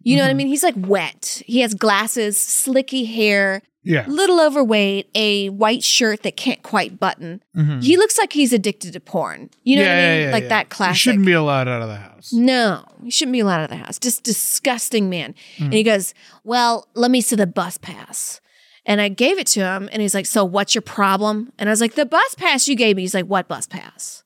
B: You know what I mean? He's like wet. He has glasses, slicky hair,
A: Yeah.
B: little overweight, a white shirt that can't quite button. He looks like he's addicted to porn. You know
A: Mm-hmm. yeah,
B: what I
A: yeah,
B: mean?
A: yeah,
B: like
A: yeah.
B: that
A: You
B: classic.
A: shouldn't be allowed out of the house.
B: No, he shouldn't be allowed out of the house. Just disgusting man. And
A: Mm-hmm.
B: he goes, Well, let me see the bus pass. And I gave it to him and he's like, So what's your problem? And I was like, The bus pass you gave me. He's like, What bus pass?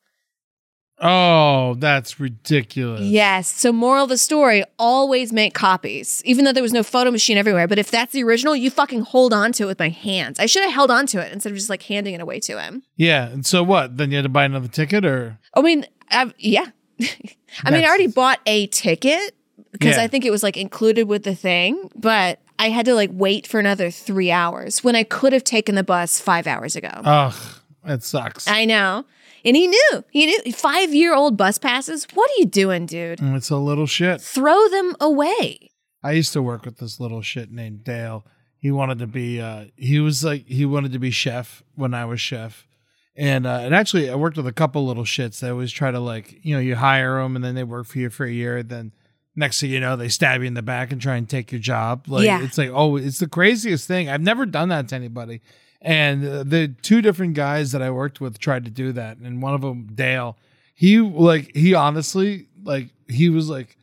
A: Oh, that's ridiculous.
B: Yes. So moral of the story, always make copies. Even though there was no photo machine everywhere. But if that's the original, you fucking hold on to it with my hands. I should have held on to it instead of just like handing it away to him.
A: Yeah. And so what? Then you had to buy another ticket or
B: I mean, I've, yeah. I mean, I
A: That's-
B: already bought a ticket because
A: Yeah.
B: I think it was like included with the thing, but I had to like wait for another three hours when I could have taken the bus five hours ago.
A: Ugh, that sucks.
B: I know. And he knew. He knew. Five year old bus passes. What are you doing, dude?
A: Mm, it's a little shit.
B: Throw them away.
A: I used to work with this little shit named Dale. He wanted to be uh he was like he wanted to be chef when I was chef. And uh and actually I worked with a couple little shits that always try to like, you know, you hire them and then they work for you for a year then next thing you know they stab you in the back and try and take your job. Like
B: Yeah.
A: it's like oh, it's the craziest thing. I've never done that to anybody. And uh, the two different guys that I worked with tried to do that and one of them Dale, he like he honestly like he was like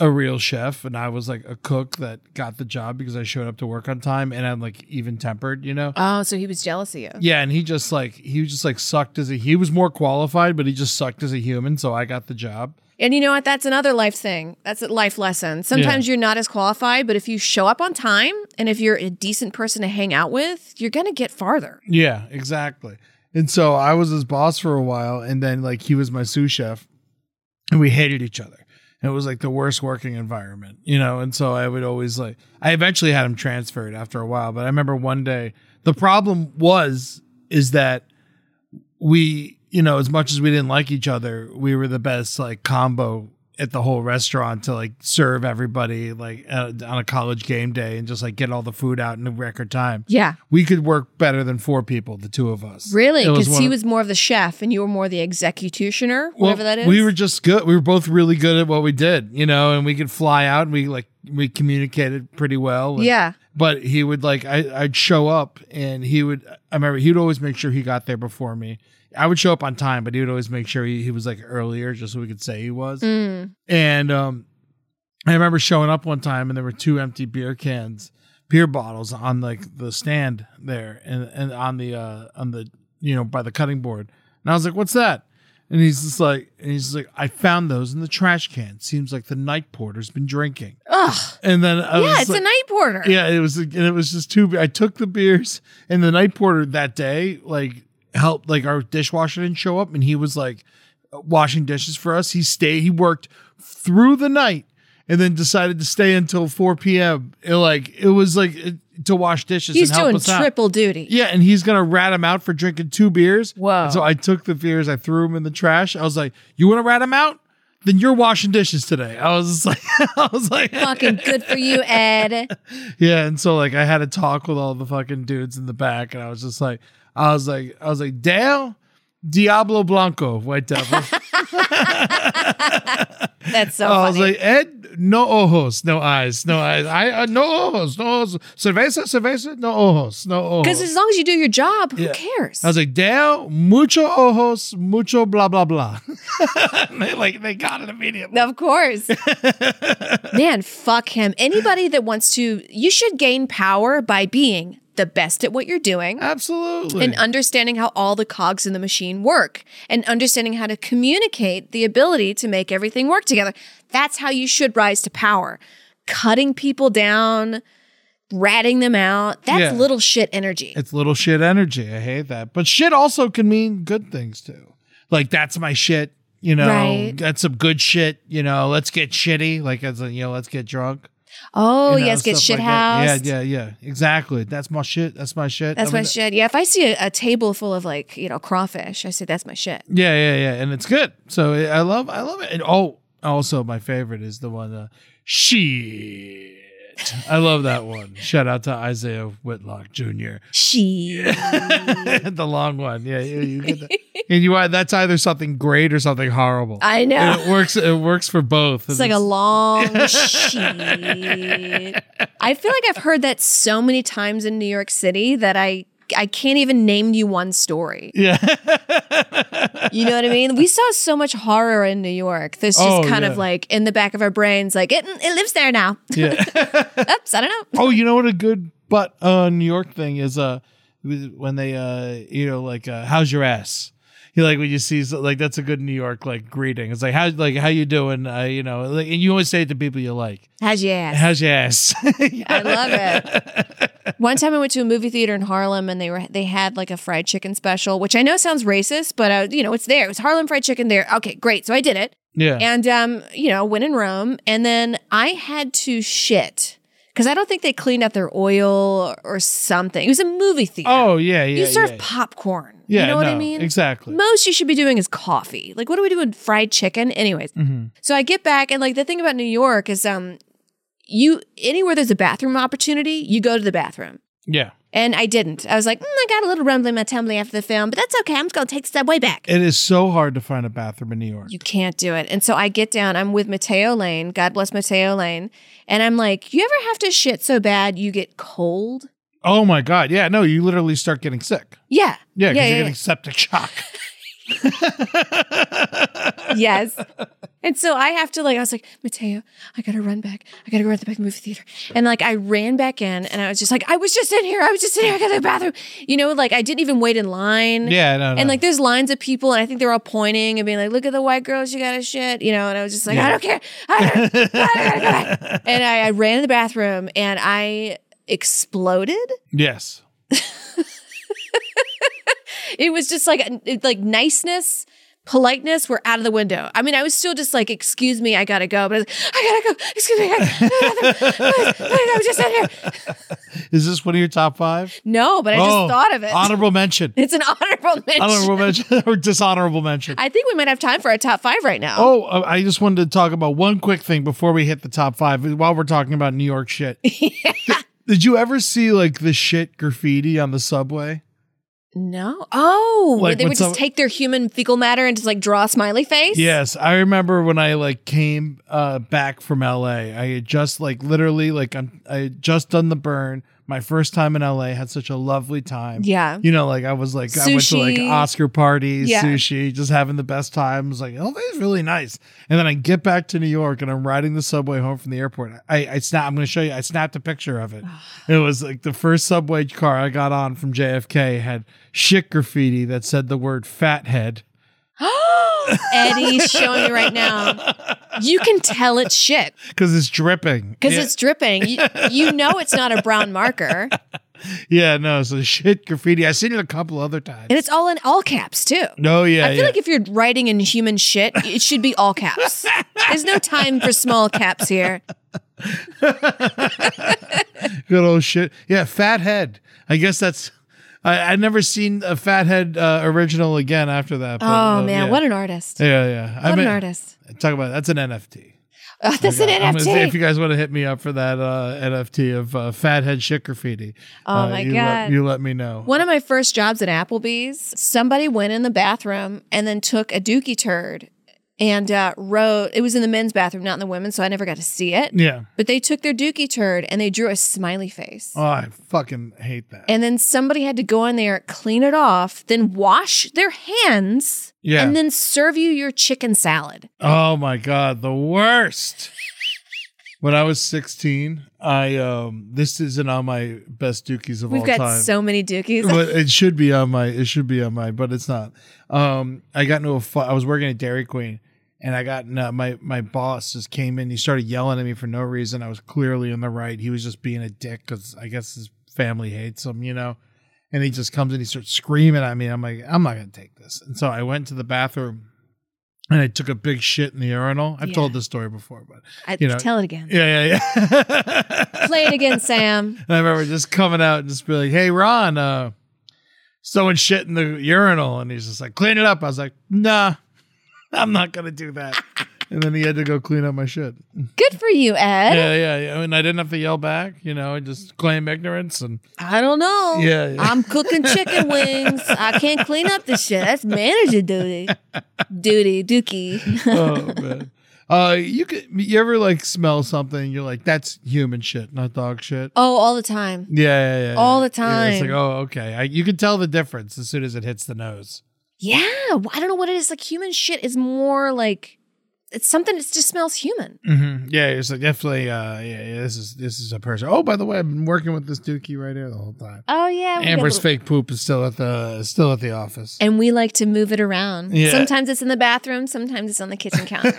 A: a real chef and I was like a cook that got the job because I showed up to work on time and I'm like even tempered, you know?
B: Oh, so he was jealous of you.
A: Yeah, and he just like he was just like sucked as a he was more qualified, but he just sucked as a human, so I got the job.
B: And you know what? That's another life thing. That's a life lesson. Sometimes you're not as qualified, but if you show up on time and if you're a decent person to hang out with, you're going to get farther.
A: Yeah, exactly. And so I was his boss for a while, and then like he was my sous chef, and we hated each other. And it was like the worst working environment, you know. And so I would always like I eventually had him transferred after a while, but I remember one day the problem was is that we, you know, as much as we didn't like each other, we were the best like combo at the whole restaurant to like serve everybody like uh, on a college game day and just like get all the food out in record time
B: Yeah.
A: we could work better than four people, the two of us.
B: Really?
A: It
B: Because
A: one
B: he
A: of-
B: was more of the chef and you were more the executioner,
A: Well,
B: whatever that is.
A: We were just good. We were both really good at what we did, you know, and we could fly out and we like we communicated pretty well. and-
B: Yeah.
A: But he would like I I'd show up and he would I remember he would always make sure he got there before me. I would show up on time, but he would always make sure he, he was like earlier just so we could say he was.
B: Mm.
A: And um I remember showing up one time and there were two empty beer cans, beer bottles on like the stand there and, and on the uh on the you know by the cutting board. And I was like, "What's that?" And he's just like and he's just like, "I found those in the trash can. Seems like the night porter's been drinking."
B: Ugh.
A: And then I was
B: Yeah, it's
A: like,
B: a night porter.
A: yeah, it was, and it was just two. I took the beers, and the night porter that day, like, helped. Like our dishwasher didn't show up, and he was like washing dishes for us. He stayed. He worked through the night, and then decided to stay until four p.m. It, like it was like it, to wash dishes.
B: He's
A: and help
B: doing
A: us out.
B: triple duty.
A: Yeah, and he's gonna rat him out for drinking two beers.
B: Whoa.
A: And so I took the beers, I threw them in the trash. I was like, "You want to rat him out? Then you're washing dishes today." I was just like, I was like,
B: Fucking good for you, Ed.
A: yeah, and so like I had a talk with all the fucking dudes in the back, and I was just like, I was like, I was like, Dale Diablo Blanco, White Devil.
B: That's so
A: I was
B: funny.
A: like, Ed, no ojos, no eyes, no eyes. I uh, no ojos, no ojos. Cerveza, cerveza, no ojos, no ojos.
B: Because as long as you do your job, who
A: oh. Yeah.
B: cares?
A: I was like, Dale, mucho ojos, mucho blah blah blah. And they like they got it immediately.
B: Of course. Man, fuck him. Anybody that wants to, you should gain power by being the best at what you're doing
A: Absolutely.
B: and understanding how all the cogs in the machine work and understanding how to communicate the ability to make everything work together. That's how you should rise to power. Cutting people down, ratting them out, that's
A: Yeah.
B: little shit energy.
A: It's little shit energy. I hate that. But shit also can mean good things too. Like that's my shit, you know.
B: Right.
A: That's some good shit, you know. Let's get shitty, like as a, you know, let's get drunk.
B: oh,
A: you know,
B: yes, get shit
A: stuff like that.
B: housed.
A: yeah, yeah, yeah. Exactly. That's my shit. That's my shit.
B: That's
A: I
B: my
A: mean,
B: shit. Yeah, if I see a, a table full of like, you know, crawfish, I say that's my shit.
A: Yeah, yeah, yeah. And it's good. So I I love I love it. And oh, also my favorite is the one uh shit. Perfect. I love that one. Shout out to Isaiah Whitlock Jr.
B: She.
A: the long one. Yeah, you, you get that. And you are- that's either something great or something horrible.
B: I
A: And
B: know.
A: it works. It works for both.
B: It's like a long sheet. I feel like I've heard that so many times in New York City that I I can't even name you one story.
A: yeah.
B: You know what I mean? We saw so much horror in New York. This just
A: Oh,
B: kind
A: yeah.
B: of like in the back of our brains, like it, it lives there now.
A: yeah.
B: Oops, I don't know.
A: oh, you know what a good but uh, New York thing is uh when they uh you know like uh, how's your ass. You like when you see so- like that's a good New York like greeting. It's like how like how you doing? Uh, you know, like, and you always say it to people you like.
B: How's your ass?
A: How's your ass?
B: I love it. One time I went to a movie theater in Harlem and they were they had like a fried chicken special, which I know sounds racist, but uh, you know it's there. It was Harlem fried chicken there. Okay, great. So I did it,
A: yeah.
B: and um, you know, went in Rome, and then I had to shit because I don't think they cleaned out their oil or something. It was a movie theater.
A: oh yeah, yeah.
B: you serve
A: yeah.
B: popcorn.
A: Yeah,
B: you know what I
A: no,
B: mean?
A: Exactly.
B: Most you should be doing is coffee. Like, what are we doing? Fried chicken? Anyways,
A: Mm-hmm.
B: so I get back, and like the thing about New York is, um, you anywhere there's a bathroom opportunity, you go to the bathroom.
A: yeah.
B: And I didn't. I was like, mm, I got a little rumbling my tumbling after the film, but that's okay. I'm just gonna take the subway back.
A: It is so hard to find a bathroom in New York.
B: You can't do it. And so I get down. I'm with Mateo Lane. God bless Mateo Lane. And I'm like, you ever have to shit so bad you get cold?
A: oh my god. Yeah. No, you literally start getting sick.
B: Yeah.
A: Yeah, because you're
B: Yeah. yeah,
A: getting septic shock.
B: yeah. yes. And so I have to like, I was like, Mateo, I gotta run back. I gotta go to the back movie theater. And like, I ran back in, and I was just like, I was just in here. I was just in here. I got to the bathroom. You know, like I didn't even wait in line.
A: yeah. No. no.
B: And like, there's lines of people, and I think they're all pointing and being like, "Look at the white girls, you got to shit," you know. And I was just like, "I don't care, I don't, I gotta go back." And I, I ran to the bathroom and I exploded.
A: yes.
B: It was just like it- like niceness, politeness were out of the window. I mean, I was still just like, "Excuse me, I gotta go," but I was like, "I gotta go." Excuse me, I gotta, please, please, I'm just in here.
A: Is this one of your top five? Oh,
B: No, but I just thought of it.
A: Honorable mention.
B: it's an Oh, honorable mention.
A: honorable mention or dishonorable mention.
B: I think we might have time for our top five right now.
A: Oh, uh, I just wanted to talk about one quick thing before we hit the top five uh, while we're talking about New York shit. Did- Did you ever see like the shit graffiti on the subway?
B: No. Oh, where
A: Like,
B: they
A: when
B: would just
A: some-
B: take their human fecal matter and just like draw a smiley face.
A: Yes, I remember when I like came uh back from LA. I had just like literally like I'm I had just done the burn. My first time in LA had such a lovely time.
B: Yeah.
A: You know, like I was like I went to like
B: Sushi.
A: Oscar parties,
B: Yeah.
A: sushi, just having the best time. It's like, oh, this is really nice. And then I get back to New York and I'm riding the subway home from the airport. I, I snap I'm gonna show you I snapped a picture of it. it was like the first subway car I got on from JFK had shit graffiti that said the word fathead.
B: Eddie's showing me right now. You can tell it's shit
A: Because it's dripping.
B: because
A: Yeah.
B: it's dripping. You, you know it's not a brown marker,
A: Yeah, no, so shit graffiti. I've seen it a couple other times.
B: and it's all in all caps too.
A: No, yeah,
B: I feel
A: yeah.
B: like if you're writing in human shit, it should be all caps. There's no time for small caps here.
A: good old shit. Yeah, fathead. I guess that's. I I never seen a fathead uh, original again after that. but,
B: Oh
A: uh,
B: man,
A: yeah.
B: what an artist!
A: yeah, yeah.
B: What
A: I mean,
B: an artist!
A: Talk about that's an NFT.
B: Oh, that's an
A: I'm gonna say, if
B: NFT.
A: you guys want to hit me up for that uh, NFT of uh, fathead shit graffiti, oh
B: my
A: you Let,
B: God.
A: you let me know.
B: One of my first jobs at Applebee's, somebody went in the bathroom and then took a dookie turd and uh, wrote, it was in the men's bathroom, not in the women's, so I never got to see it.
A: Yeah.
B: But they took their dookie turd and they drew a smiley face.
A: Oh, I fucking hate that.
B: And then somebody had to go in there, clean it off, then wash their hands,
A: Yeah.
B: and then serve you your chicken salad.
A: Oh my god, the worst. when I was 16, I um this isn't on my best dookies of
B: We've
A: all
B: got
A: time.
B: so many dookies.
A: but it should be on my it should be on my but it's not. Um I got into a fight. I was working at Dairy Queen and I got in, uh, my my boss just came in. He started yelling at me for no reason. I was clearly in the right. He was just being a dick cuz I guess his family hates him, you know. And he just comes in, he starts screaming at me. I'm like, I'm not gonna take this. And so I went to the bathroom and I took a big shit in the urinal. I've
B: Yeah.
A: told this story before, but
B: I,
A: you know-
B: tell it again.
A: yeah, yeah, yeah.
B: Play it again, Sam.
A: And I remember just coming out and just be like, "Hey, Ron, uh, someone shit in the urinal," and he's just like, "Clean it up." I was like, "Nah, I'm not gonna do that." and then he had to go clean up my shit.
B: Good for you, Ed.
A: Yeah, yeah, yeah. And I didn't have to yell back, you know, I just claim ignorance and
B: I don't know.
A: Yeah, yeah.
B: I'm cooking chicken wings. I can't clean up this shit. That's manager duty. Duty, dookie.
A: oh man. Uh, you could you ever like smell something? You're like, that's human shit, not dog shit.
B: Oh, all the time.
A: Yeah, yeah, yeah.
B: All the
A: Yeah, it's
B: time.
A: like, oh, okay. I, you can tell the difference as soon as it hits the nose.
B: Yeah. I don't know what it is. Like human shit is more like it's something that just smells human.
A: Mm-hmm. Yeah, it's like definitely. Uh, yeah, yeah, this is this is a person. Oh, by the way, I've been working with this dookie right here the whole time.
B: Oh yeah. we got
A: Amber's
B: little-
A: fake poop is still at the still at the office.
B: And we like to move it around.
A: Yeah.
B: Sometimes it's in the bathroom, sometimes it's on the kitchen counter.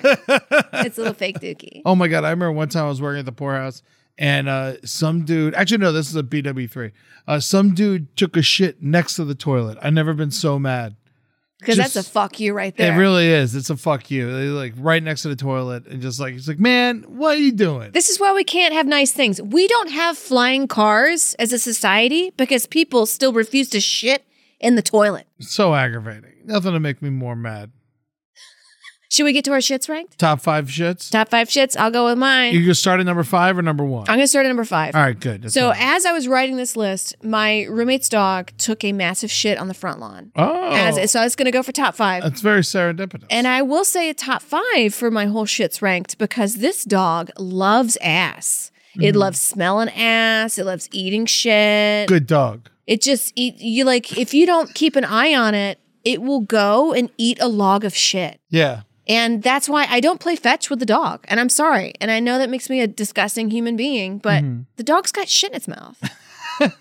B: it's a little fake dookie.
A: Oh my god, I remember one time I was working at the poorhouse and uh some dude actually no, this is a BW3. Uh some dude took a shit next to the toilet. I've never been so mad.
B: Because that's a
A: just-
B: fuck you right there.
A: It really is. It's a fuck you. They like right next to the toilet and just like it's like, man, what are you doing?
B: This is why we can't have nice things. We don't have flying cars as a society because people still refuse to shit in the toilet.
A: It's so aggravating. Nothing to make me more mad.
B: Should we get to our shits ranked?
A: Top five shits.
B: Top five shits. I'll go with mine.
A: You can start at number five or number one.
B: I'm going to start at number five.
A: All right, good. That's
B: So,
A: all.
B: as I was writing this list, my roommate's dog took a massive shit on the front lawn.
A: oh, Uh,
B: As, so, I was going to go for top five.
A: that's very serendipitous.
B: And I will say a top five for my whole shits ranked because this dog loves ass.
A: Mm-hmm.
B: It loves smelling ass. It loves eating shit.
A: good dog.
B: It just eat you like if you don't keep an eye on it, it will go and eat a log of shit.
A: Yeah.
B: And that's why I don't play fetch with the dog. And I'm sorry. And I know that makes me a disgusting human being, but the dog's got shit in its mouth.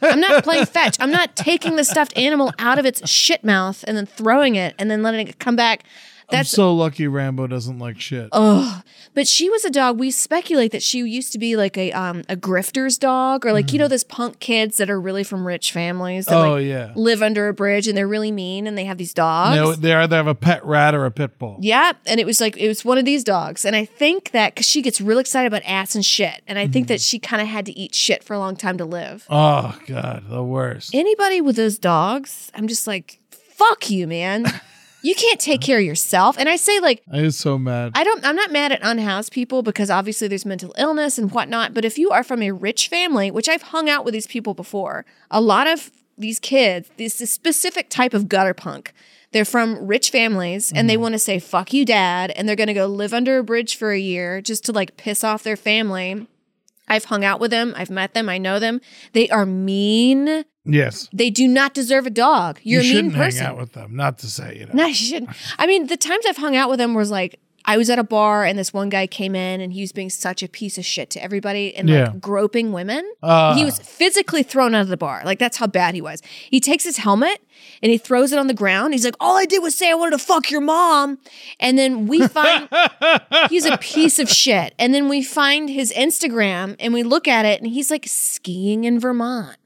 B: I'm not playing fetch. I'm not taking the stuffed animal out of its shit mouth and then throwing it and then letting it come back.
A: I'm
B: That's
A: so lucky Rambo doesn't like shit.
B: Oh, but she was a dog. We speculate that she used to be like a um a grifter's dog, or like you know those punk kids that are really from rich families that
A: Mm. oh
B: like
A: yeah.
B: live under a bridge and they're really mean and they have these dogs.
A: No, they either have a pet rat or a pit bull.
B: yeah, and it was like it was one of these dogs, and I think that because she gets real excited about ass and shit, and I
A: Mm-hmm.
B: think that she kind of had to eat shit for a long time to live.
A: Oh god, the worst.
B: Anybody with those dogs, I'm just like, fuck you, man. you can't take care of yourself, and I say like
A: I was so mad.
B: I don't I'm not mad at unhoused people because obviously there's mental illness and whatnot, but if you are from a rich family, which I've hung out with these people before, a lot of these kids, this, this specific type of gutter punk, they're from rich families and they
A: Mm-hmm.
B: want to say fuck you dad and they're going to go live under a bridge for a year just to like piss off their family. I've hung out with them, I've met them, I know them. They are mean.
A: yes,
B: They do not deserve a dog.
A: you
B: You're a mean
A: shouldn't
B: person.
A: hang out with them. Not to say you know.
B: No, you shouldn't. I mean, the times I've hung out with him was like I was at a bar and this one guy came in and he was being such a piece of shit to everybody and
A: Yeah.
B: like groping women.
A: Ah.
B: he was physically thrown out of the bar. Like that's how bad he was. He takes his helmet and he throws it on the ground. He's like, "All I did was say I wanted to fuck your mom." And then we find he's a piece of shit. And then we find his Instagram and we look at it and he's like skiing in Vermont.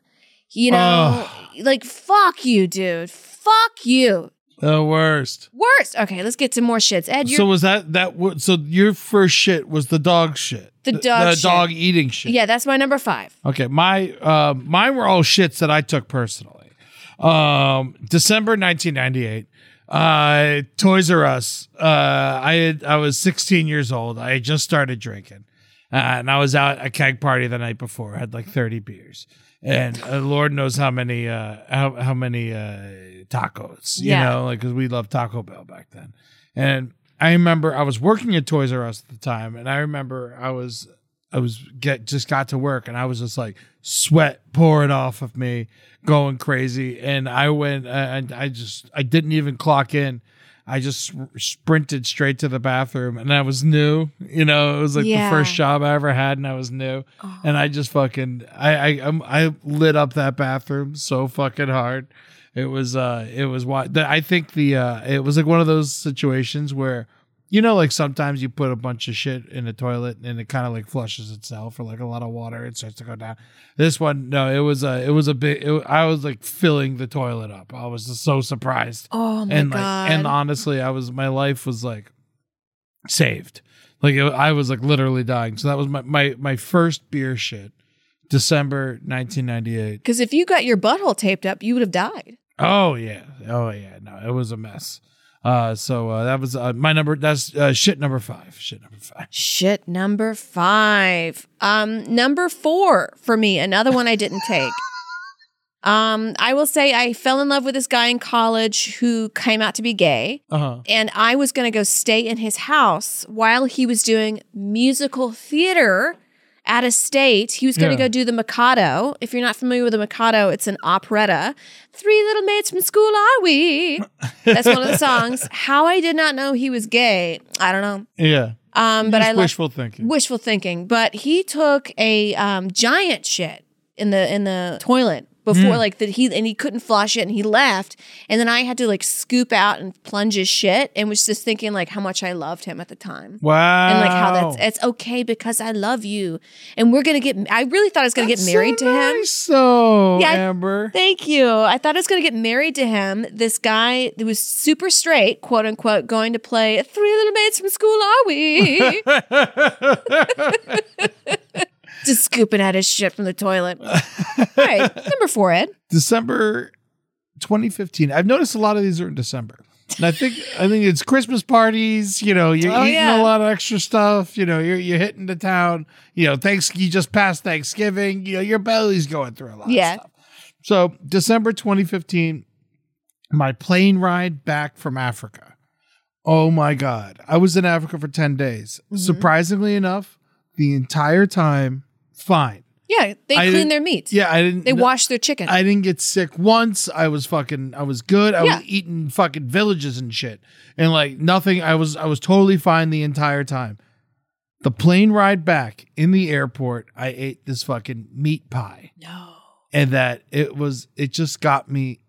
B: You know, like fuck you, dude. Fuck you
A: The worst.
B: worst. Okay, let's get to more shits. Ed, you're
A: So was that that? wa- So your first shit was the dog shit.
B: The dog
A: The
B: shit.
A: dog eating shit.
B: yeah, that's my number five.
A: Okay, my uh, mine were all shits that I took personally. Um, December 1998, uh, Toys R Us. Uh, I had, I was 16 years old. I had just started drinking, uh, and I was out at a keg party the night before. I had like 30 beers, and uh, Lord knows how many uh, how how many uh, tacos. You
B: Yeah.
A: know, like because we loved Taco Bell back then, and. I remember I was working at Toys R Us at the time, and I remember I was I was get just got to work and I was just like sweat pouring off of me, going crazy. And I went and I just I didn't even clock in. I just sprinted straight to the bathroom and I was new. You know, it was like
B: Yeah.
A: the first job I ever had and I was new.
B: Oh.
A: And I just fucking I I I'm, I lit up that bathroom so fucking hard. It was uh it was wild. I think the uh it was like one of those situations where you know, like sometimes you put a bunch of shit in the toilet and it kind of like flushes itself, or like a lot of water, it starts to go down. This one, no, it was a, it was a big. It, wa- I was like filling the toilet up. I was just so surprised,
B: Oh my
A: and like,
B: god.
A: and honestly, I was my life was like saved. Like it, I was like literally dying. So that was my my my first beer shit, December nineteen ninety eight.
B: because if you got your butthole taped up, you would have died.
A: Oh yeah. Oh yeah. No, it was a mess. Uh, so uh, that was uh, my number. That's uh, shit number five. Shit number five.
B: Shit, number five. Um, number four for me, another one I didn't take. Um, I will say I fell in love with this guy in college who came out to be gay,
A: Uh huh.
B: and I was going to go stay in his house while he was doing musical theater at a state. He was going to
A: Yeah.
B: go do the Mikado. If you're not familiar with the Mikado, it's an operetta. Three little maids from school are we? That's one of the songs. How I did not know he was gay, I don't know.
A: Yeah.
B: Um, but
A: Just
B: I love
A: wishful thinking.
B: wishful thinking but he took a um, giant shit in the in the toilet before like that he and he couldn't flush it and he left and then i had to like scoop out and plunge his shit and was just thinking like how much i loved him at the time
A: wow.
B: and like how that's it's okay because i love you and we're gonna get i really thought i was gonna get uh, married to him
A: So
B: Yeah, I-
A: Amber.
B: Thank you. I thought I was going to get married to him. This guy who was super straight, quote unquote, going to play Three Little Maids from School, Are We? Just scooping out his shit from the toilet. All right, number four, Ed.
A: December 2015. I've noticed a lot of these are in December. And I think I think it's Christmas parties, you know, you're
B: Oh,
A: eating
B: yeah.
A: a lot of extra stuff, you know, you're you're hitting the town, you know, thanks you just passed Thanksgiving, you know, your belly's going through a lot
B: Yeah.
A: of stuff. So December 2015, my plane ride back from Africa. Oh my God. I was in Africa for 10 days.
B: Mm-hmm.
A: Surprisingly enough, the entire time, fine.
B: Yeah, they
A: I
B: clean
A: didn't-
B: their meat.
A: Yeah, I didn't
B: They
A: watched.
B: wash their chicken.
A: I didn't get sick once. I was fucking. I was good. I
B: Yeah.
A: was eating fucking villages and shit, and like nothing. I was. I was totally fine the entire time. The plane ride back in the airport, I ate this fucking meat pie,
B: no.
A: and that it was. It just got me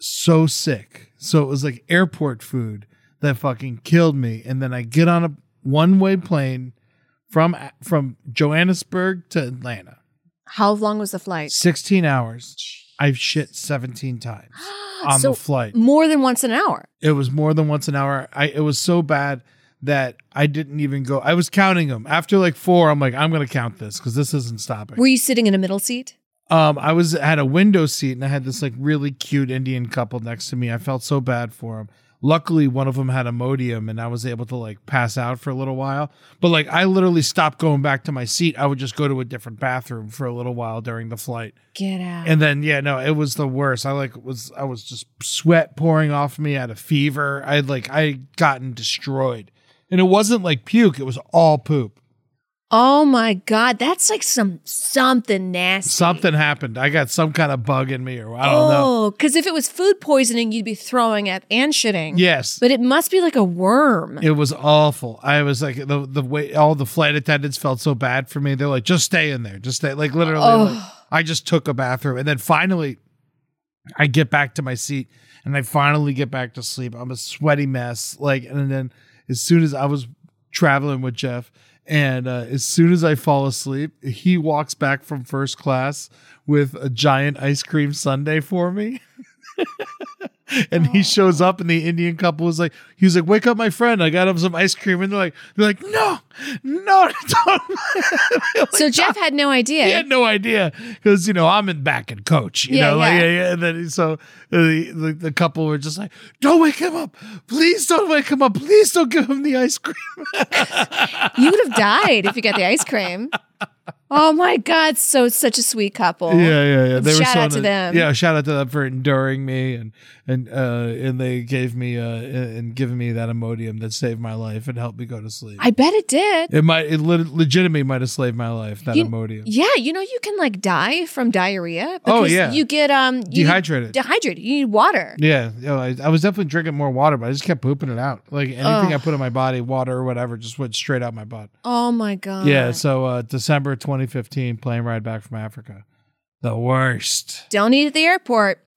A: so sick. So it was like airport food that fucking killed me. And then I get on a one way plane from from Johannesburg to Atlanta,
B: How long was the flight?
A: sixteen hours. I've shit 17 times on
B: So-
A: the flight.
B: More than once an hour.
A: It was more than once an hour. I it was so bad that I didn't even go. I was counting them. After like 4, I'm like I'm going to count this cuz this isn't stopping.
B: Were you sitting in a middle seat?
A: um I was had a window seat and I had this like really cute Indian couple next to me. I felt so bad for them. Luckily, one of them had Imodium and I was able to like pass out for a little while. But like I literally stopped going back to my seat. I would just go to a different bathroom for a little while during the flight.
B: Get out.
A: And then yeah, no, it was the worst. I like was I was just sweat pouring off me. I had a fever. I had like I had gotten destroyed. And it wasn't like puke, it was all poop.
B: oh my God. That's like some something nasty.
A: Something happened. I got some kind of bug in me or I don't know.
B: Oh, because if it was food poisoning, you'd be throwing up and shitting.
A: Yes.
B: But it must be like a worm.
A: It was awful. I was like the the way all the flight attendants felt so bad for me. They're like, just stay in there, just stay. Like literally, like, I just took a bathroom, and then finally, I get back to my seat, and I finally get back to sleep. I'm a sweaty mess. Like, and then as soon as I was traveling with Jeff, and uh, as soon as I fall asleep, he walks back from first class with a giant ice cream sundae for me. And
B: Oh.
A: he shows up, and the Indian couple was like, he was like, "Wake up, my friend! I got him some ice cream." And they're like, "They're like, no, no, don't."
B: so Jeff had no idea.
A: he had no idea because you know I'm in back and coach, you
B: Yeah,
A: know, like
B: yeah.
A: yeah, yeah. And then he- so uh, the, the the couple were just like, "Don't wake him up! Please don't wake him up! Please don't give him the ice cream."
B: you would have died if you got the ice cream. Oh my God. So such a sweet couple.
A: Yeah, yeah, yeah.
B: Oh. Shout out
A: nice.
B: to them.
A: Yeah, shout out to them for enduring me and and uh and they gave me uh and giving me that emodium that saved my life and helped me go to sleep.
B: I bet it did.
A: It might, it le- legitimately might have slaved my life. That
B: You-
A: Imodium.
B: Yeah, you know you can like die from diarrhea because
A: Oh, yeah.
B: you get um you
A: Dehydrated.
B: Dehydrated. You need water.
A: yeah, you know, I, I was definitely drinking more water, but I just kept pooping it out. Like anything I
B: Ugh.
A: put in my body, water or whatever, just went straight out my butt.
B: Oh my god.
A: yeah. So uh, December 2015, plane ride back from Africa, the worst.
B: Don't eat at the airport.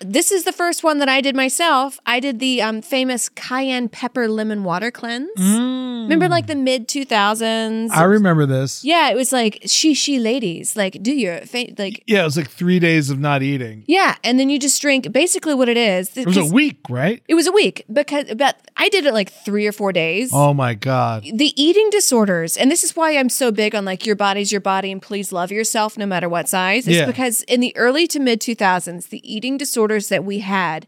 B: This is the first one that I did myself. I did the um, famous cayenne pepper lemon water cleanse.
A: Mm.
B: Remember, like the mid 2000s?
A: I remember this.
B: Mm. Yeah, it was like she, she ladies, like do your, fa- like,
A: Yeah, it was like three days of not eating.
B: yeah. And then you just drink basically what it is.
A: It was a week, right?
B: It was a week because about, I did it like three or four days.
A: Oh my god.
B: the eating disorders, and this is why I'm so big on like your body's your body and please love yourself no matter what size, is
A: Yeah.
B: because in the early to mid 2000s, the eating disorders that we had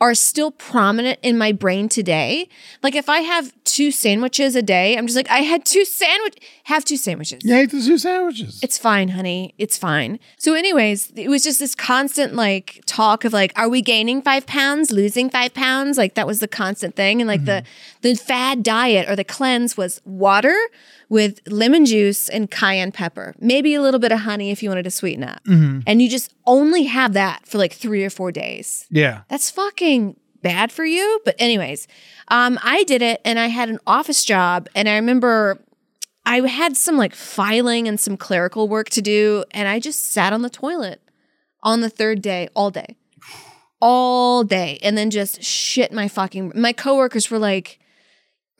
B: are still prominent in my brain today. Like if I have two sandwiches a day, I'm just like, I had two sandwich, have two sandwiches.
A: You ate the two sandwiches.
B: It's fine, honey. It's fine. So, anyways, it was just this constant like talk of like, are we gaining five pounds, losing five pounds? Like that was the constant thing. And like the the fad diet or the cleanse was water with lemon juice and cayenne pepper, maybe a little bit of honey if you wanted to sweeten up.
A: Mhm.
B: And you just only have that for like three or four days.
A: Yeah.
B: That's fucking bad for you. But anyways, um, I did it and I had an office job and I remember I had some like filing and some clerical work to do and I just sat on the toilet on the third day all day. All day and then just shit my fucking my coworkers were like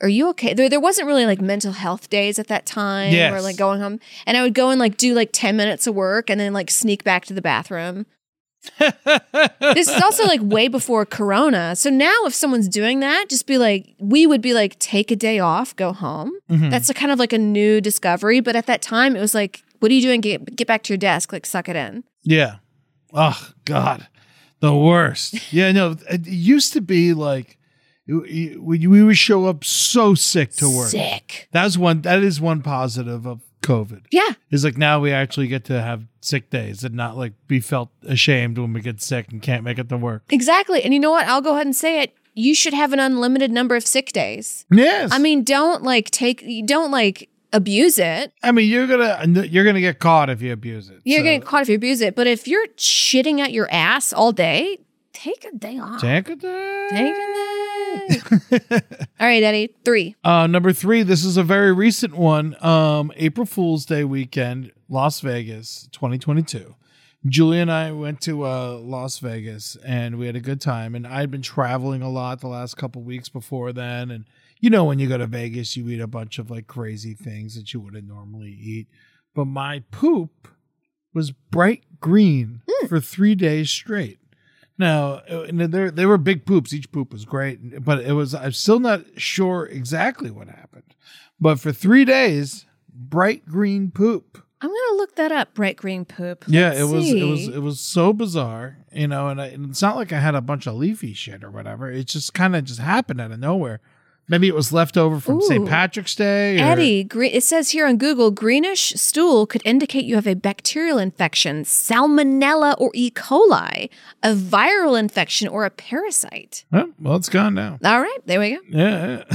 B: are you okay? There, there wasn't really like mental health days at that time or
F: Yes.
B: like going home. And I would go and like do like 10 minutes of work and then like sneak back to the bathroom this is also like way before corona so now if someone's doing that just be like we would be like take a day off go home
G: Mhm.
B: that's a kind of like a new discovery but at that time it was like what are you doing get, get back to your desk like suck it in
A: Yeah. Oh God, the worst. Yeah, no. It used to be like you- you- we we would show up so sick to work.
B: Sick.
A: That's one. That is one positive of COVID.
B: Yeah.
A: Is like now we actually get to have sick days and not like be felt ashamed when we get sick and can't make it to work.
B: exactly and you know what i'll go ahead and say it you should have an unlimited number of sick days
A: Yes.
B: i mean don't like take you don't like abuse it
A: I mean, you're gonna you're gonna get caught if you abuse it.
B: you're getting caught if you abuse it but if you're shitting at your ass all day take a day off
A: Take a day.
B: Take a day. all right eddie three
A: Uh, number three, this is a very recent one. Um, April Fool's Day weekend, Las Vegas, 2022. Julia and I went to uh, Las Vegas and we had a good time. And I'd been traveling a lot the last couple weeks before then. And you know, when you go to Vegas, you eat a bunch of like crazy things that you wouldn't normally eat. But my poop was bright green for three days straight. Now, uh, and there they were big poops. Each poop was great, but it was I'm still not sure exactly what happened. But for three days, bright green poop.
B: I'm gonna look that up. Bright green poop.
A: yeah,
B: Let's
A: it was it was
B: see.
A: it was so bizarre, you know. And, I, and it's not like I had a bunch of leafy shit or whatever. It just kind of just happened out of nowhere. Maybe it was left over from St.
B: Ooh.
A: Patrick's Day. Or,
B: Eddie. Green, it says here on Google, greenish stool could indicate you have a bacterial infection, salmonella or E. coli, a viral infection, or a parasite.
A: Huh? well, it's gone now.
B: All right, there we go.
A: Yeah.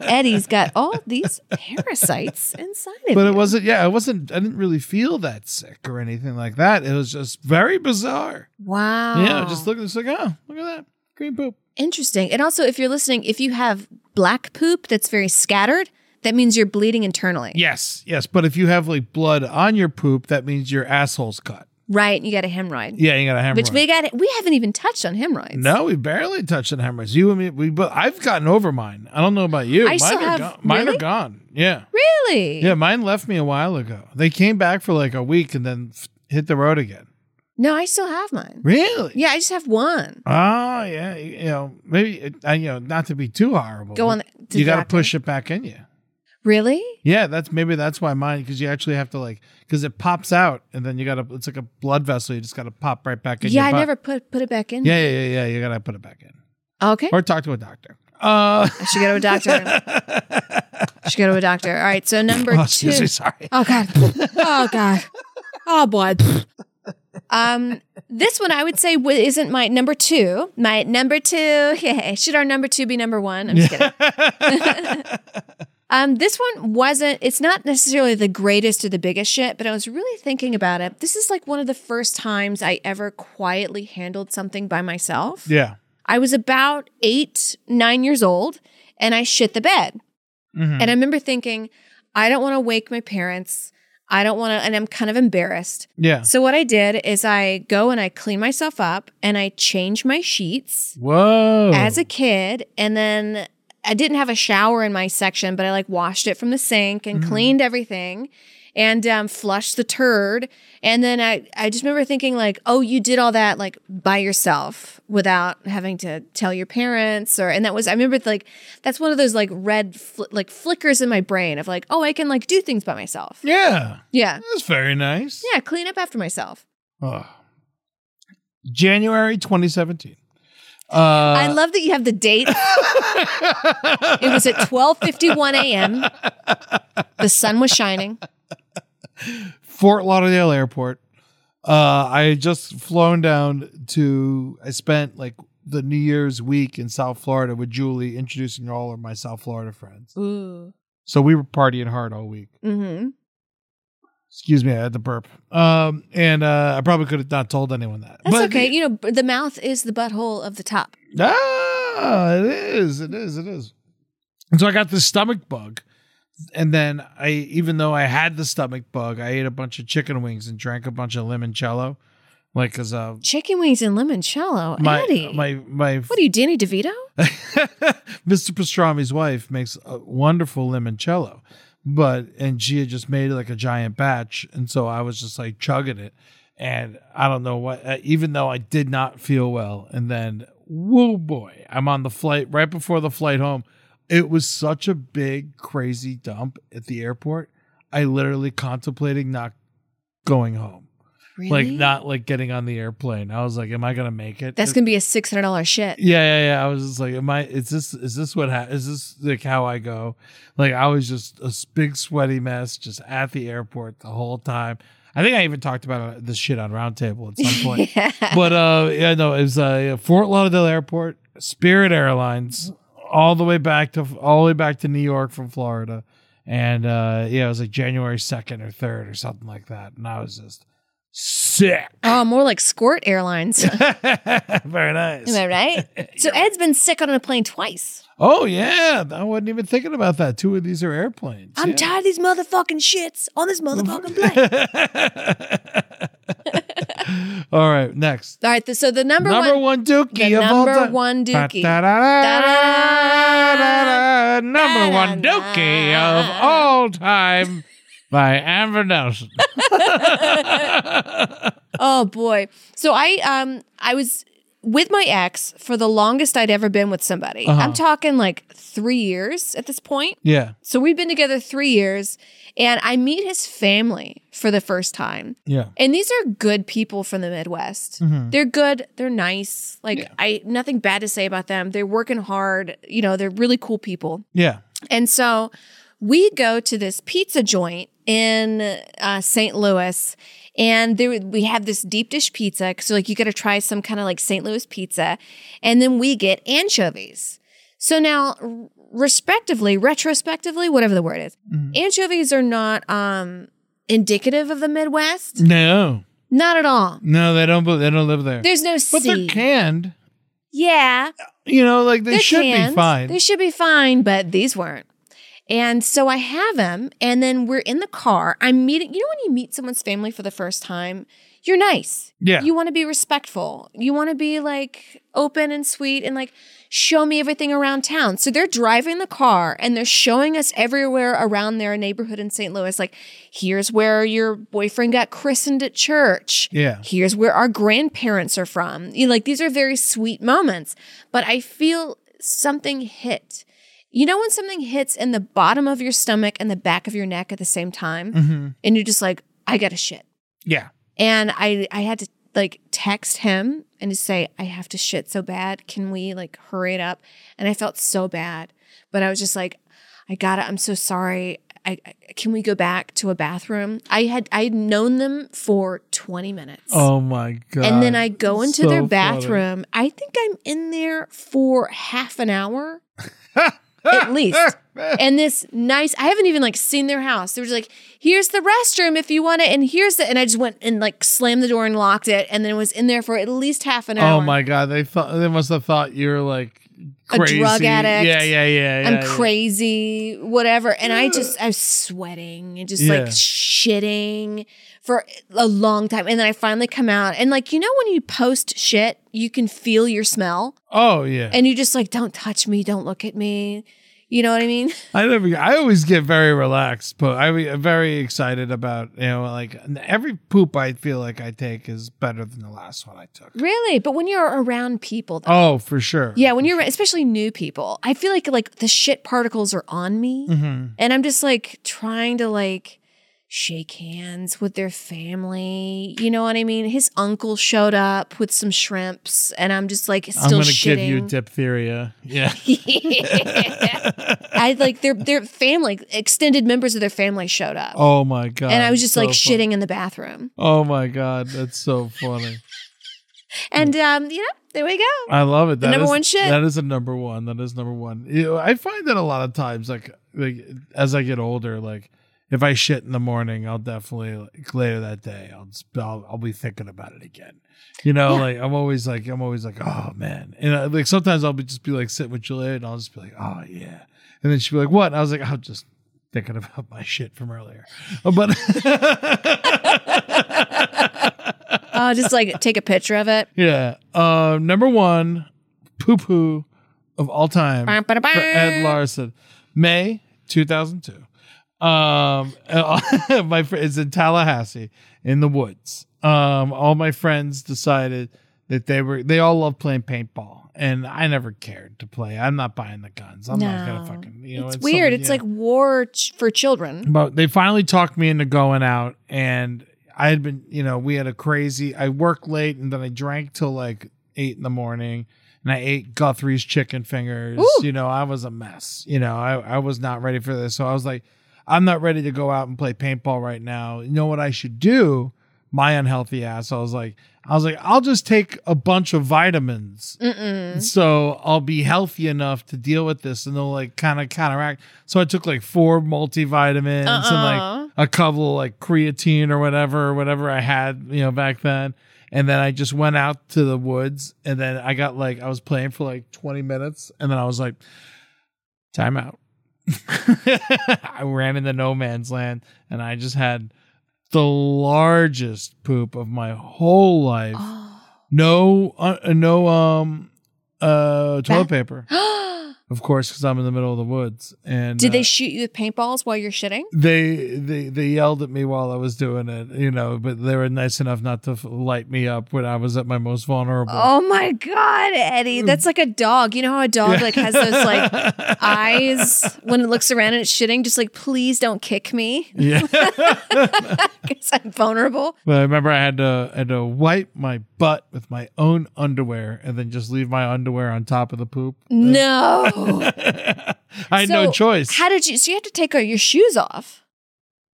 B: Eddie's got all these parasites inside of
A: but
B: him.
A: it wasn't yeah it wasn't i didn't really feel that sick or anything like that it was just very bizarre
B: Wow.
A: yeah just looking it's like oh look at that green poop
B: Interesting. And also, if you're listening, if you have black poop that's very scattered, that means you're bleeding internally.
A: yes yes but if you have like blood on your poop that means your asshole's cut
B: Right, you got a hemorrhoid.
A: yeah you got a hemorrhoid
B: Which we got. We haven't even touched on hemorrhoids.
A: no we barely touched on hemorrhoids you and me we but i've gotten over mine i don't know about you
B: I
A: mine,
B: still
A: are
B: have-
A: gone. mine
B: really?
A: are gone yeah
B: Really?
A: yeah mine left me a while ago they came back for like a week and then f- hit the road again
B: No, I still have mine.
A: Really?
B: Yeah, I just have one.
A: Oh yeah, you you know maybe it- I you know not to be too horrible.
B: Go on
A: but
B: the-
A: you got to
B: exactly.
A: push it back in you.
B: Really?
A: Yeah, that's maybe that's why mine because you actually have to like because it pops out and then you got to it's like a blood vessel. You just got to pop right back in.
B: yeah,
A: your
B: I
A: butt.
B: never put put it back in.
A: Yeah, yeah, yeah, yeah. You got to put it back in
B: Okay.
A: or talk to a doctor. Uh,
B: I should go to a doctor. I should go to a doctor. All right. So number
A: Oh,
B: two.
A: excuse me, sorry.
B: Oh god. Oh god. Oh boy. Um, This one I would say w- isn't my number two. My number two, should our number two be number one? I'm just kidding. um, this one wasn't, it's not necessarily the greatest or the biggest shit, but I was really thinking about it. This is like one of the first times I ever quietly handled something by myself.
A: Yeah.
B: I was about eight, nine years old, and I shit the bed.
A: Mhm.
B: And I remember thinking, I don't want to wake my parents. I don't want to, and I'm kind of embarrassed.
A: Yeah.
B: So what I did is I go and I clean myself up and I change my sheets
A: Whoa.
B: as a kid, and then I didn't have a shower in my section, but I like washed it from the sink and
F: Mhm.
B: cleaned everything. And um, flushed the turd, and then I I just remember thinking like, oh, you did all that like by yourself without having to tell your parents, or and that was I remember like that's one of those like red fl- like flickers in my brain of like, oh, I can like do things by myself.
A: Yeah.
B: Yeah.
A: That's very nice.
B: Yeah, clean up after myself.
A: Oh. January 2017. Uh,
B: I love that you have the date. it was at 12:51 a.m. The sun was shining.
A: Fort Lauderdale Airport. Uh, I had just flown down to. I spent like the New Year's week in South Florida with Julie, introducing all of my South Florida friends.
B: Ooh.
A: So we were partying hard all week.
B: Mhm.
A: Excuse me, I had the burp. Um, and uh, I probably could have not told anyone that.
B: That's okay. you know, b- the mouth is the butthole of the top.
A: Ah, it is. It is. It is. And so I got this stomach bug. And then I, even though I had the stomach bug, I ate a bunch of chicken wings and drank a bunch of limoncello. Like, uh, as a.
B: Chicken wings and limoncello.
A: My,
B: Eddie.
A: my, my,
B: what are you, Danny DeVito?
A: Mr. Pastrami's wife makes a wonderful limoncello, but and she had just made like a giant batch, and so I was just like chugging it, and I don't know what. Uh, even though I did not feel well, and then whoa boy, I'm on the flight right before the flight home. It was such a big crazy dump at the airport. I literally contemplating not going home. Like
B: Really?
A: not like getting on the airplane. I was like, am I gonna make it?
B: That's going to be a $600 shit.
A: Yeah, yeah, yeah. I was just like, am I? Is this is this what ha- is this like how I go? Like I was just a s- big sweaty mess, just at the airport the whole time. I think I even talked about uh, this shit on Roundtable at some point. But uh, yeah, no, it was uh, yeah, Fort Lauderdale Airport, Spirit Airlines, all the way back to all the way back to New York from Florida, and uh, yeah, it was like January second or third or something like that, and I was just sick.
B: Oh, more like Squirt Airlines. Am
A: Very nice.
B: I right? So Ed's been sick on a plane twice.
A: Oh yeah, I wasn't even thinking about that. Two of these are airplanes.
B: I'm
A: yeah.
B: tired of these motherfucking shits on this motherfucking plane.
A: All right, next.
B: All right, th- so the number,
A: Number
B: one,
A: one dookie
B: the
A: of all
B: number
A: time.
B: one dookie.
A: Da-da-da-da-da-da-da. Number one dookie of all time by Amber Nelson.
B: oh boy. So I um I was with my ex for the longest I'd ever been with somebody.
A: Uh-huh.
B: I'm talking like three years at this point.
A: Yeah.
B: So we've been together three years, and I meet his family for the first time.
A: Yeah.
B: And these are good people from the Midwest.
A: Mhm.
B: They're good. They're nice. Like I nothing bad to say about them. They're working hard. You know, they're really cool people.
A: Yeah.
B: And so we go to this pizza joint in uh, St. Louis, and there we have this deep dish pizza. So like you got to try some kind of like St. Louis pizza, and then we get anchovies. So now, r- respectively, retrospectively, whatever the word is,
A: Mm-hmm.
B: anchovies are not um, indicative of the Midwest.
A: No.
B: Not at all.
A: No, they don't. They don't live there.
B: There's no
A: But they're
B: seed.
A: canned.
B: Yeah.
A: You know, like they
B: They're
A: should
B: cans.
A: be fine.
B: They should be fine, but these weren't. And so I have him, and then we're in the car. I'm meeting, you know, when you meet someone's family for the first time, you're nice.
F: Yeah.
B: You want to be respectful. You want to be like open and sweet and like show me everything around town. So they're driving the car and they're showing us everywhere around their neighborhood in St. Louis. Like, here's where your boyfriend got christened at church.
F: Yeah.
B: Here's where our grandparents are from. You know, like these are very sweet moments, but I feel something hit. You know when something hits in the bottom of your stomach and the back of your neck at the same time
F: Mm-hmm.
A: Mhm.
B: and you're just like I got to shit.
A: Yeah.
B: And I I had to like text him and just say I have to shit so bad. Can we like hurry it up? And I felt so bad, but I was just like I got to I'm so sorry. I, I- can we go back to a bathroom? I had I had known them for 20 minutes.
A: Oh my god!
B: And then I go into
A: So
B: their
A: funny.
B: bathroom. I think I'm in there for half an hour at least. And this nice, I haven't even like seen their house. They were just like, here's the restroom if you want it. And here's the, and I just went and like slammed the door and locked it. And then was in there for at least half an hour.
A: Oh my god! They thought they must have thought you were like
B: A
A: crazy.
B: drug addict.
A: Yeah, yeah, yeah.
B: I'm
A: yeah, yeah.
B: crazy, whatever. And I just, I was sweating and just
A: Yeah.
B: like shitting for a long time. And then I finally come out. And like, you know, when you post shit, you can feel your smell.
A: Oh yeah.
B: And you just like, don't touch me, don't look at me. You know what I mean?
A: I never. I always get very relaxed, but I am very excited about you know like every poop I feel like I take is better than the last one I took.
B: Really? But when you're around people, though,
A: Oh, for sure.
B: Yeah, when you're especially new people, I feel like like the shit particles are on me,
A: Mhm.
B: and I'm just like trying to like shake hands with their family. You know what I mean? His uncle showed up with some shrimps, and I'm just like still
A: I'm gonna
B: shitting.
A: give you diphtheria. Yeah.
B: I like their their family, extended members of their family showed up,
A: Oh my god.
B: and I was just
A: so
B: like
A: fun-
B: shitting in the bathroom.
A: Oh my god, that's so funny.
B: And um, you know, there we go.
A: I love it.
B: The number
A: is-
B: one shit.
A: That is a number one. That is number one. You know, I find that a lot of times, like like as I get older, like if I shit in the morning, I'll definitely like, later that day, I'll just- I'll, I'll be thinking about it again. You know,
F: Yeah.
A: like I'm always like I'm always like, oh man, and I, like sometimes I'll be just be like sitting with Julia, and I'll just be like, oh yeah, and then she'll be like, what? And I was like, I'm just thinking about my shit from earlier, Uh, but.
B: Uh, just like take a picture of it.
A: Yeah. Uh, number one, poo poo of all time
B: Bah, bah, bah.
A: for Ed Larson, May 2002. Um, my fr- it's in Tallahassee in the woods. Um, all my friends decided that they were they all loved playing paintball, and I never cared to play. I'm not buying the guns. I'm not gonna fucking. You know,
B: it's,
A: it's
B: weird.
A: something-
B: It's
A: yeah.
B: like war ch- for children.
A: But they finally talked me into going out, and I had been, you know, we had a crazy. I worked late, and then I drank till like eight in the morning, and I ate Guthrie's chicken fingers. You know, I was a mess. You know, I I was not ready for this, so I was like, I'm not ready to go out and play paintball right now. You know what I should do? My unhealthy ass. I was like, I was like, I'll just take a bunch of vitamins.
B: Mm-mm.
A: So I'll be healthy enough to deal with this, and they'll like kind of counteract. So I took like four multivitamins
B: Uh-uh.
A: and like a couple of like creatine or whatever, or whatever I had, you know, back then. And then I just went out to the woods, and then I got like I was playing for like twenty minutes, and then I was like, time out. I ran into no man's land, and I just had the largest poop of my whole life. No, uh, no, um, uh, toilet paper. of course, because I'm in the middle of the woods. And
B: Did
A: uh,
B: they shoot you with paintballs while you're shitting?
A: they they they yelled at me while I was doing it, you know. But they were nice enough not to f- light me up when I was at my most vulnerable.
B: Oh my god, Eddie,
A: Mm.
B: that's like a dog. You know how a dog like has those like eyes when it looks around and it's shitting, just like please don't kick me
A: Yeah.
B: because I'm vulnerable.
A: But I remember I had to I had to wipe my butt with my own underwear and then just leave my underwear on top of the poop.
B: No,
A: I had no
B: So,
A: choice.
B: How did you? So you had to take uh, your shoes off,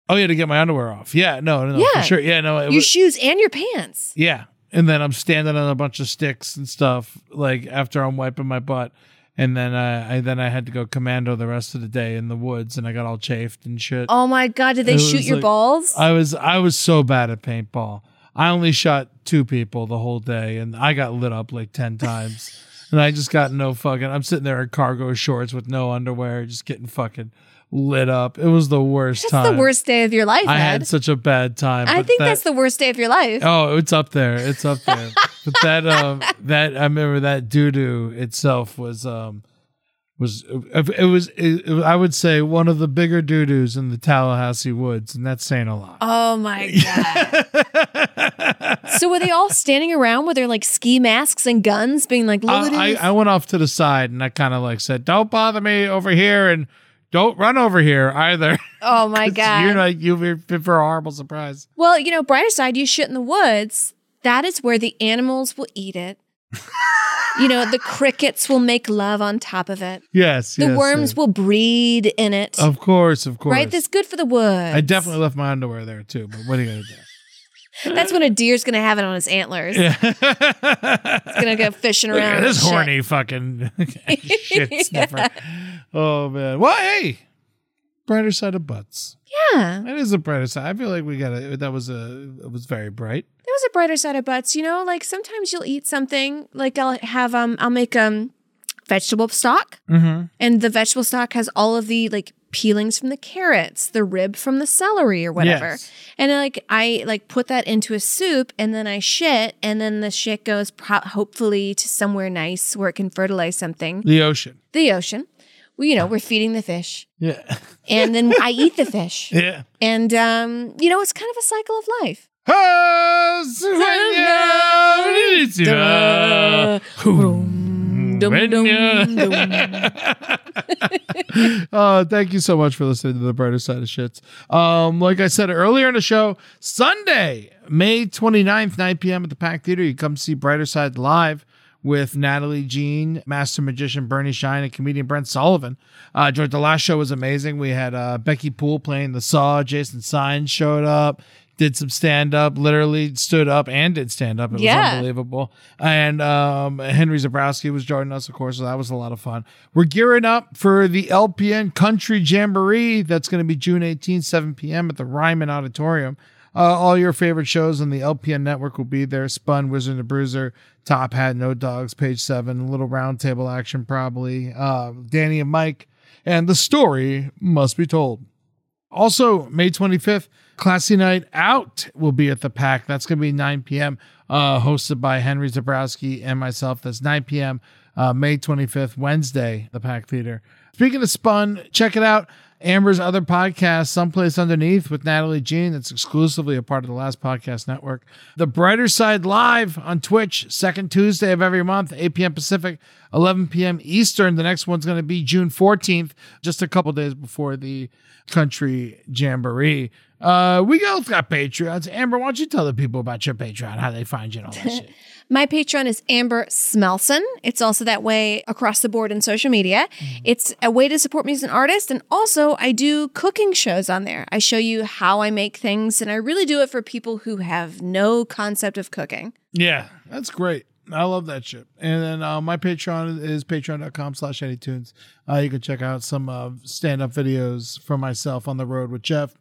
A: oh, yeah, to get my underwear off. Yeah, no, no, no
B: Yeah.
A: for sure. Yeah, no, it
B: your shoes and your pants.
A: Yeah. And then I'm standing on a bunch of sticks and stuff, like after I'm wiping my butt. And then uh, I then I had to go commando the rest of the day in the woods, and I got all chafed and shit.
B: Oh my god, did they
A: It
B: shoot
A: was
B: your
A: like-
B: balls?
A: I was I was so bad at paintball. I only shot two people the whole day, and I got lit up like ten times. and I just got no fucking. I'm sitting there in cargo shorts with no underwear, just getting fucking lit up. It was the worst
B: that's
A: time.
B: the worst day of your life,
A: I
B: Ed.
A: had such a bad time.
B: I
A: but
B: think
A: that-
B: that's the worst day of your life.
A: Oh, it's up there. It's up there. but that um that I remember that doo doo itself was um was uh, it, it was it, it- I would say one of the bigger doo doos in the Tallahassee woods, and that's saying a lot.
B: Oh my god! so were they all standing around with their like ski masks and guns, being like, "Look at
A: I,
B: this."
A: I, I went off to the side and I kind of like said, "Don't bother me over here, and don't run over here either."
B: "Oh my
A: 'Cause
B: god!"
A: You're like you've been for a horrible surprise.
B: well, you know, brighter side, you shit in the woods. That is where the animals will eat it. You know, the crickets will make love on top of it.
A: Yes.
B: The
A: yes,
B: worms
A: yes.
B: will breed in it.
A: Of course, of course.
B: Right? That's good for the wood.
A: I definitely left my underwear there too, but what are you gonna do?
B: That's when a deer's going to have it on his antlers.
A: Yeah.
B: It's going to go fishing
A: Look at
B: around.
A: this
B: and shit.
A: horny fucking shit sniffer. Oh man. Well, hey, brighter side of butts.
B: Yeah.
A: That is a brighter side. I feel like we got a that was a it was very bright.
B: There was a brighter side of butts. You know, like sometimes you'll eat something. Like I'll have um, I'll make um, vegetable stock,
A: Mm-hmm.
B: and the vegetable stock has all of the like peelings from the carrots, the rib from the celery, or whatever.
A: Yes.
B: And like I like put that into a soup, and then I shit, and then the shit goes pro- hopefully to somewhere nice where it can fertilize something.
A: The ocean.
B: The ocean. Well, you know, we're feeding the fish,
A: Yeah.
B: and then I eat the fish,
A: Yeah.
B: and um, you know, it's kind of a cycle of life.
A: Oh, Sueño. Uh, thank you so much for listening to the brighter side of shits. Um, like I said earlier in the show, Sunday, May 29th, 9 p.m. at the Pack Theater, you come see Brighter Side live with Natalie Jean, master magician Bernie Shine, and comedian Brent Sullivan. Uh, George, the last show was amazing. We had uh, Becky Poole playing the saw. Jason Sines showed up, did some stand up, literally stood up and did stand up. It was
B: Yeah.
A: unbelievable. And um, Henry Zabrowski was joining us, of course. So that was a lot of fun. We're gearing up for the LPN Country Jamboree. That's going to be June 18th, 7 p.m. at the Ryman Auditorium. Uh, all your favorite shows on the LPN network will be there. Spun, Wizard and the Bruiser, Top Hat, No Dogs, Page Seven, Little Roundtable Action, probably uh, Danny and Mike, and the story must be told. Also, May 25th, Classy Night Out will be at the Pack. That's going to be 9 p.m., uh, hosted by Henry Zabrowski and myself. That's 9 p.m., uh, May 25th, Wednesday, the Pack Theater. Speaking of Spun, check it out. Amber's other podcast, Someplace Underneath, with Natalie Jean. That's exclusively a part of the Last Podcast Network. The Brighter Side Live on Twitch, second Tuesday of every month, 8 p.m. Pacific, 11 p.m. Eastern. The next one's going to be June 14th, just a couple days before the country jamboree. Uh, we both got Patreons. Amber, why don't you tell the people about your Patreon, how they find you and all that shit?
B: My Patreon is Amber Smelson. It's also that way across the board in social media. It's a way to support me as an artist. And also, I do cooking shows on there. I show you how I make things, and I really do it for people who have no concept of cooking.
A: Yeah, that's great. I love that shit. And then uh, my Patreon is patreon.com slash anytunes. Uh, you can check out some uh, stand-up videos from myself on the road with Jeff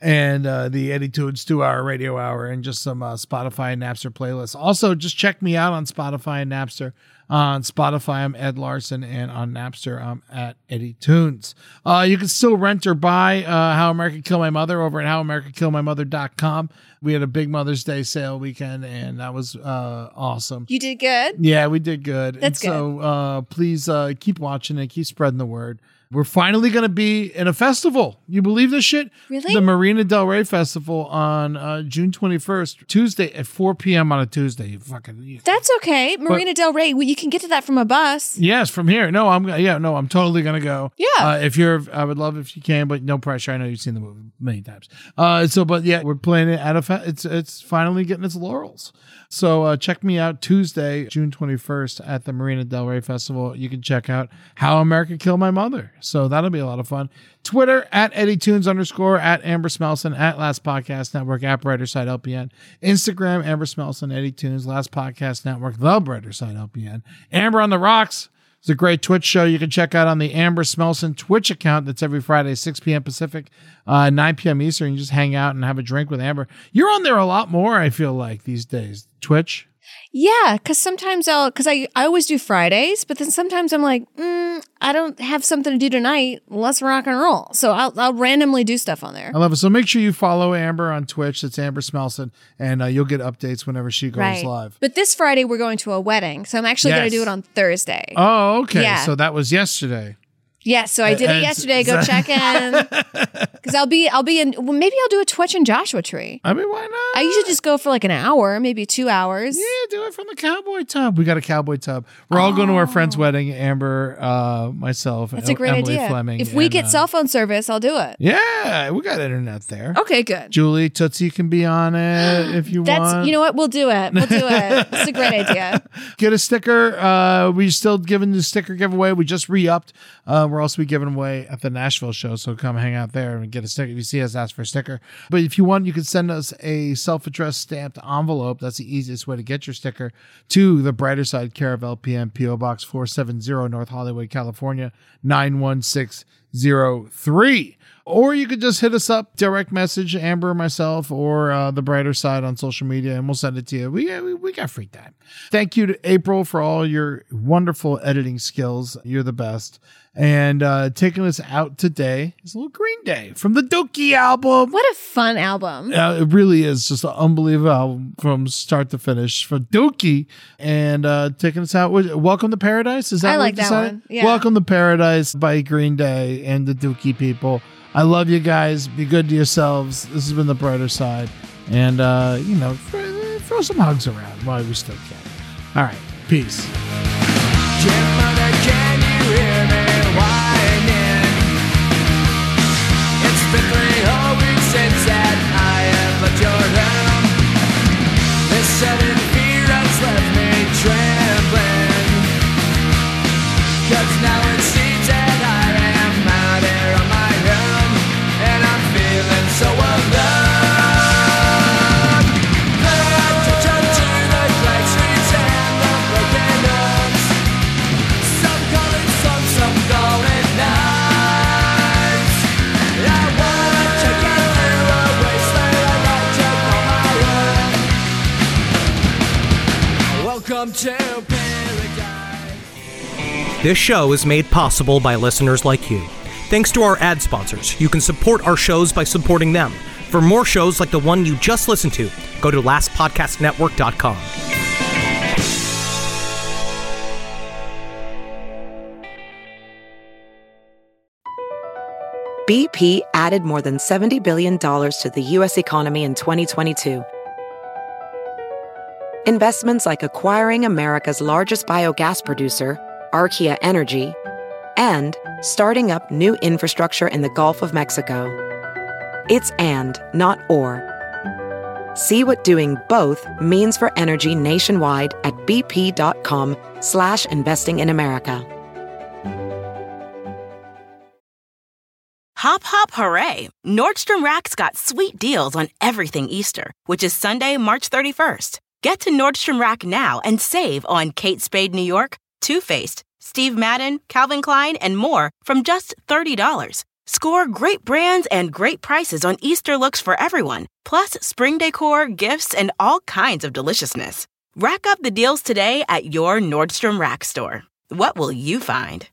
A: and uh, the Eddie Tunes two hour radio hour and just some uh, Spotify and Napster playlists. Also, just check me out on Spotify and Napster. On Spotify, I'm Ed Larson, and on Napster, I'm at Eddie Tunes. Uh, you can still rent or buy uh, How America Killed My Mother over at howamericakilledmymother.com. We had a big Mother's Day sale weekend, and that was uh, awesome.
B: You did good.
A: Yeah, we did good.
B: That's
A: and So uh, please uh, keep watching and keep spreading the word. We're finally going to be in a festival. You believe this shit?
B: Really?
A: The Marina Del Rey Festival on uh, June 21st, Tuesday at 4 p.m. on a Tuesday. You fucking. you-
B: That's okay. Marina Del Rey, well, you can get to that from a bus.
A: Yes, from here. No, I'm yeah, no, I'm totally gonna go.
B: Yeah.
A: uh, if you're, I would love if you can, but no pressure. I know you've seen the movie many times. Uh, so but yeah, we're playing it at a. Fe- it's it's finally getting its laurels. So uh, check me out Tuesday, June 21st at the Marina Del Rey Festival. You can check out How America Killed My Mother. So that'll be a lot of fun. Twitter at Eddie Tunes underscore at Amber Smelson at Last Podcast Network at Brighter Side LPN. Instagram Amber Smelson Eddie Tunes Last Podcast Network the Brighter Side LPN. Amber on the Rocks. It's a great Twitch show you can check out on the Amber Smelson Twitch account. That's every Friday, 6 p.m. Pacific, uh, 9 p.m. Eastern. You just hang out and have a drink with Amber. You're on there a lot more, I feel like, these days. Twitch?
B: Yeah, because sometimes I'll, because I, I always do Fridays, but then sometimes I'm like, mm, I don't have something to do tonight. Let's rock and roll. So I'll, I'll randomly do stuff on there.
A: I love it. So make sure you follow Amber on Twitch. That's Amber Smelson, and uh, you'll get updates whenever she goes live.
B: But this Friday we're going to a wedding, so I'm actually going
A: Yes.
B: to do it on Thursday.
A: Oh, okay.
B: Yeah.
A: So that was yesterday.
B: yeah, so I did
A: Uh,
B: it
A: it's-
B: yesterday. Go
A: it's-
B: check in. Because I'll be, I'll be in. Well, maybe I'll do a Twitch and Joshua Tree.
A: I mean, why not?
B: I usually just go for like an hour, maybe two hours. Yeah,
A: do it from the cowboy tub. We got a cowboy tub. We're all going to our friend's wedding. Amber, uh, myself,
B: Oh. That's a great
A: Emily
B: idea.
A: Fleming.
B: if we
A: and,
B: get
A: uh,
B: cell phone service, I'll do it.
A: yeah, we got internet there.
B: Okay, good.
A: Julie Tootsie can be on it if you
B: That's
A: want.
B: you know what we'll do it. We'll do it. It's a great idea.
A: Get a sticker. Uh, we still giving the sticker giveaway. We just re upped. Uh, we're also giving away at the Nashville show. So come hang out there and get a sticker. If you see us, ask for a sticker. But if you want, you can send us a self addressed stamped envelope. That's the easiest way to get your sticker to the Brighter Side Care of LPM PO Box 470 North Hollywood, California 91603 or you could just hit us up direct message amber myself or uh, the brighter side on social media and we'll send it to you we, we, we got free time thank you to april for all your wonderful editing skills you're the best and uh, taking us out today is a little green day from the Dookie album.
B: What a fun album.
A: uh, it really is just an unbelievable album from start to finish for Dookie and uh, taking us out with Welcome to Paradise. Is that
B: I
A: what
B: like
A: we
B: that
A: decided?
B: one. Yeah.
A: Welcome to Paradise by Green Day and the Dookie people. I love you guys. Be good to yourselves. This has been the brighter side, and uh, you know, throw, throw some hugs around while we still can. All right, peace.
H: So alone.
E: Welcome to
I: This show is made possible by listeners like you. Thanks to our ad sponsors, you can support our shows by supporting them. For more shows like the one you just listened to, go to lastpodcastnetwork.com.
J: BP added more than $70 billion to the U.S. economy in 2022. Investments like acquiring America's largest biogas producer, Archaea Energy, and starting up new infrastructure in the Gulf of Mexico. It's and, not or. See what doing both means for energy nationwide at bp.com slash investing in America.
K: Hop, hop, hooray! Nordstrom Rack's got sweet deals on everything Easter, which is Sunday, March 31st. Get to Nordstrom Rack now and save on Kate Spade New York, Too Faced, Steve Madden, Calvin Klein, and more from just $30. Score great brands and great prices on Easter looks for everyone, plus spring decor, gifts, and all kinds of deliciousness. Rack up the deals today at your Nordstrom Rack store. What will you find?